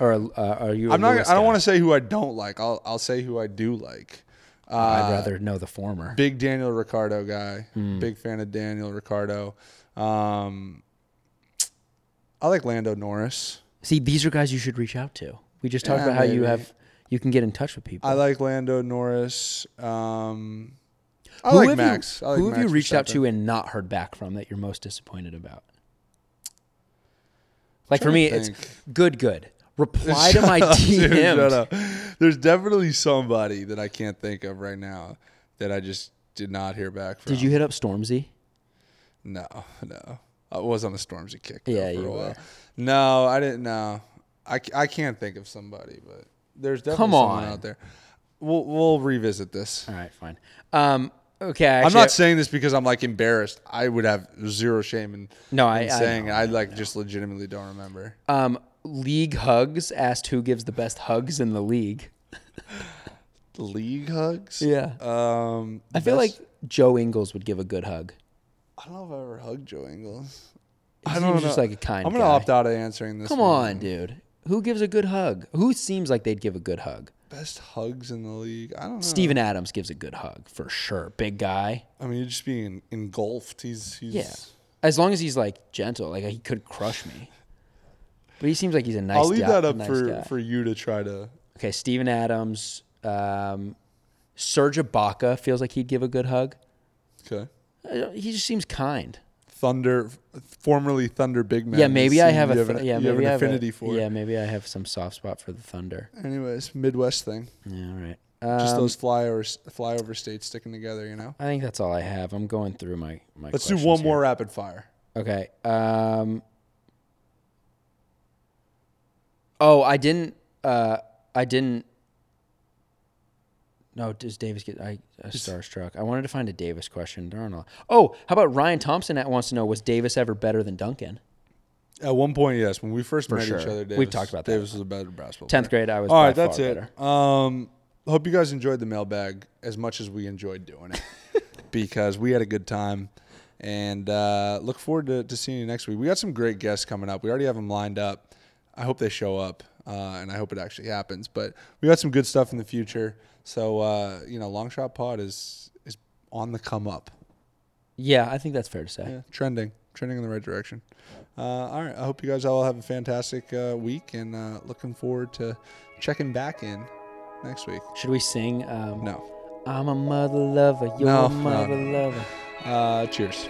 or a- uh, are you? i
I'm not. I don't want to say who I don't like. I'll I'll say who I do like.
I'd rather know the former.
Big Daniel Ricardo guy.
Hmm.
Big fan of Daniel Ricardo. Um, I like Lando Norris.
See, these are guys you should reach out to. We just talked
Yeah,
about how you
maybe.
have you can get in touch with people.
I like Lando Norris. Um, I
Who
like
have you-
Max. I like
who have you
Max
reached out
Verstappen.
to and not heard back from that you're most disappointed about? Like for
trying
me,
to
it's
think.
good, good. Reply to my [LAUGHS]
[LAUGHS] Shut up, dude,
DMs.
shut up. There's definitely somebody that I can't think of right now that I just did not hear back from.
Did you hit up Stormzy?
No, no. I was on a Stormzy kick. though,
Yeah,
for
you
a while.
were.
No, I didn't. No, I, c- I can't think of somebody, but there's definitely
Come
someone
on.
out there. We'll we'll revisit this.
All right, fine. Um, okay, I
I'm
actually-
not saying this because I'm like embarrassed. I would have zero shame in
No, I-
in
I
saying
know,
I, like just legitimately don't remember.
Um, league hugs asked who gives the best hugs in the league.
League hugs.
Yeah.
Um,
I feel like Joe Ingles would give a good hug.
I don't know if I ever hugged Joe Ingles.
He
I
seems
don't know.
just like a kind
I'm gonna
guy.
opt out of answering this.
Come
one.
on, dude. Who gives a good hug? Who seems like they'd give a good hug?
Best hugs in the league. I don't know.
Steven Adams gives a good hug for sure. Big guy.
I mean, you're just being engulfed. He's he's.
Yeah. As long as he's like gentle, like he could crush me. But he seems like he's a nice guy.
I'll leave that up
nice
for
guy.
for you to try to.
Okay, Steven Adams. Um, Serge Ibaka feels like he'd give a good hug.
Okay.
Uh, He just seems kind.
Thunder, formerly Thunder Big Man.
yeah, maybe
is
I
who
have a
you
th-
an-
yeah,
you have
maybe
an
I have a-
affinity for.
Yeah, maybe I have some soft spot for the Thunder.
Anyways, Midwest thing.
Yeah, all right.
just
Um,
those flyovers, flyover states sticking together. You know.
I think that's all I have. I'm going through my my.
Let's do
questions
one
here.
more rapid fire.
Okay. Um, oh, I didn't. Uh, I didn't. No, does Davis get I, I starstruck? I wanted to find a Davis question. There aren't a lot. Oh, how about Ryan Thompson? That wants to know was Davis ever better than Duncan?
At one point, yes, when we first
For
met
sure.
each other,
We've
Davis,
talked about that.
Davis was a better basketball.
10th
player.
grade, I was
All
by
right, that's
far
it. Um, hope you guys enjoyed the mailbag as much as we enjoyed doing it
[LAUGHS]
because we had a good time. And uh, look forward to, to seeing you next week. We got some great guests coming up. We already have them lined up. I hope they show up, uh, and I hope it actually happens. But we got some good stuff in the future. So uh, you know, long shot pod is is on the come up,
Yeah, I think that's fair to say.
yeah, trending, trending in the right direction. Uh, all right, I hope you guys all have a fantastic uh, week, and uh, looking forward to checking back in next week.
Should we sing? Um,
No.
I'm a mother lover. You're
No,
a
no,
mother
no.
lover.
Uh, cheers.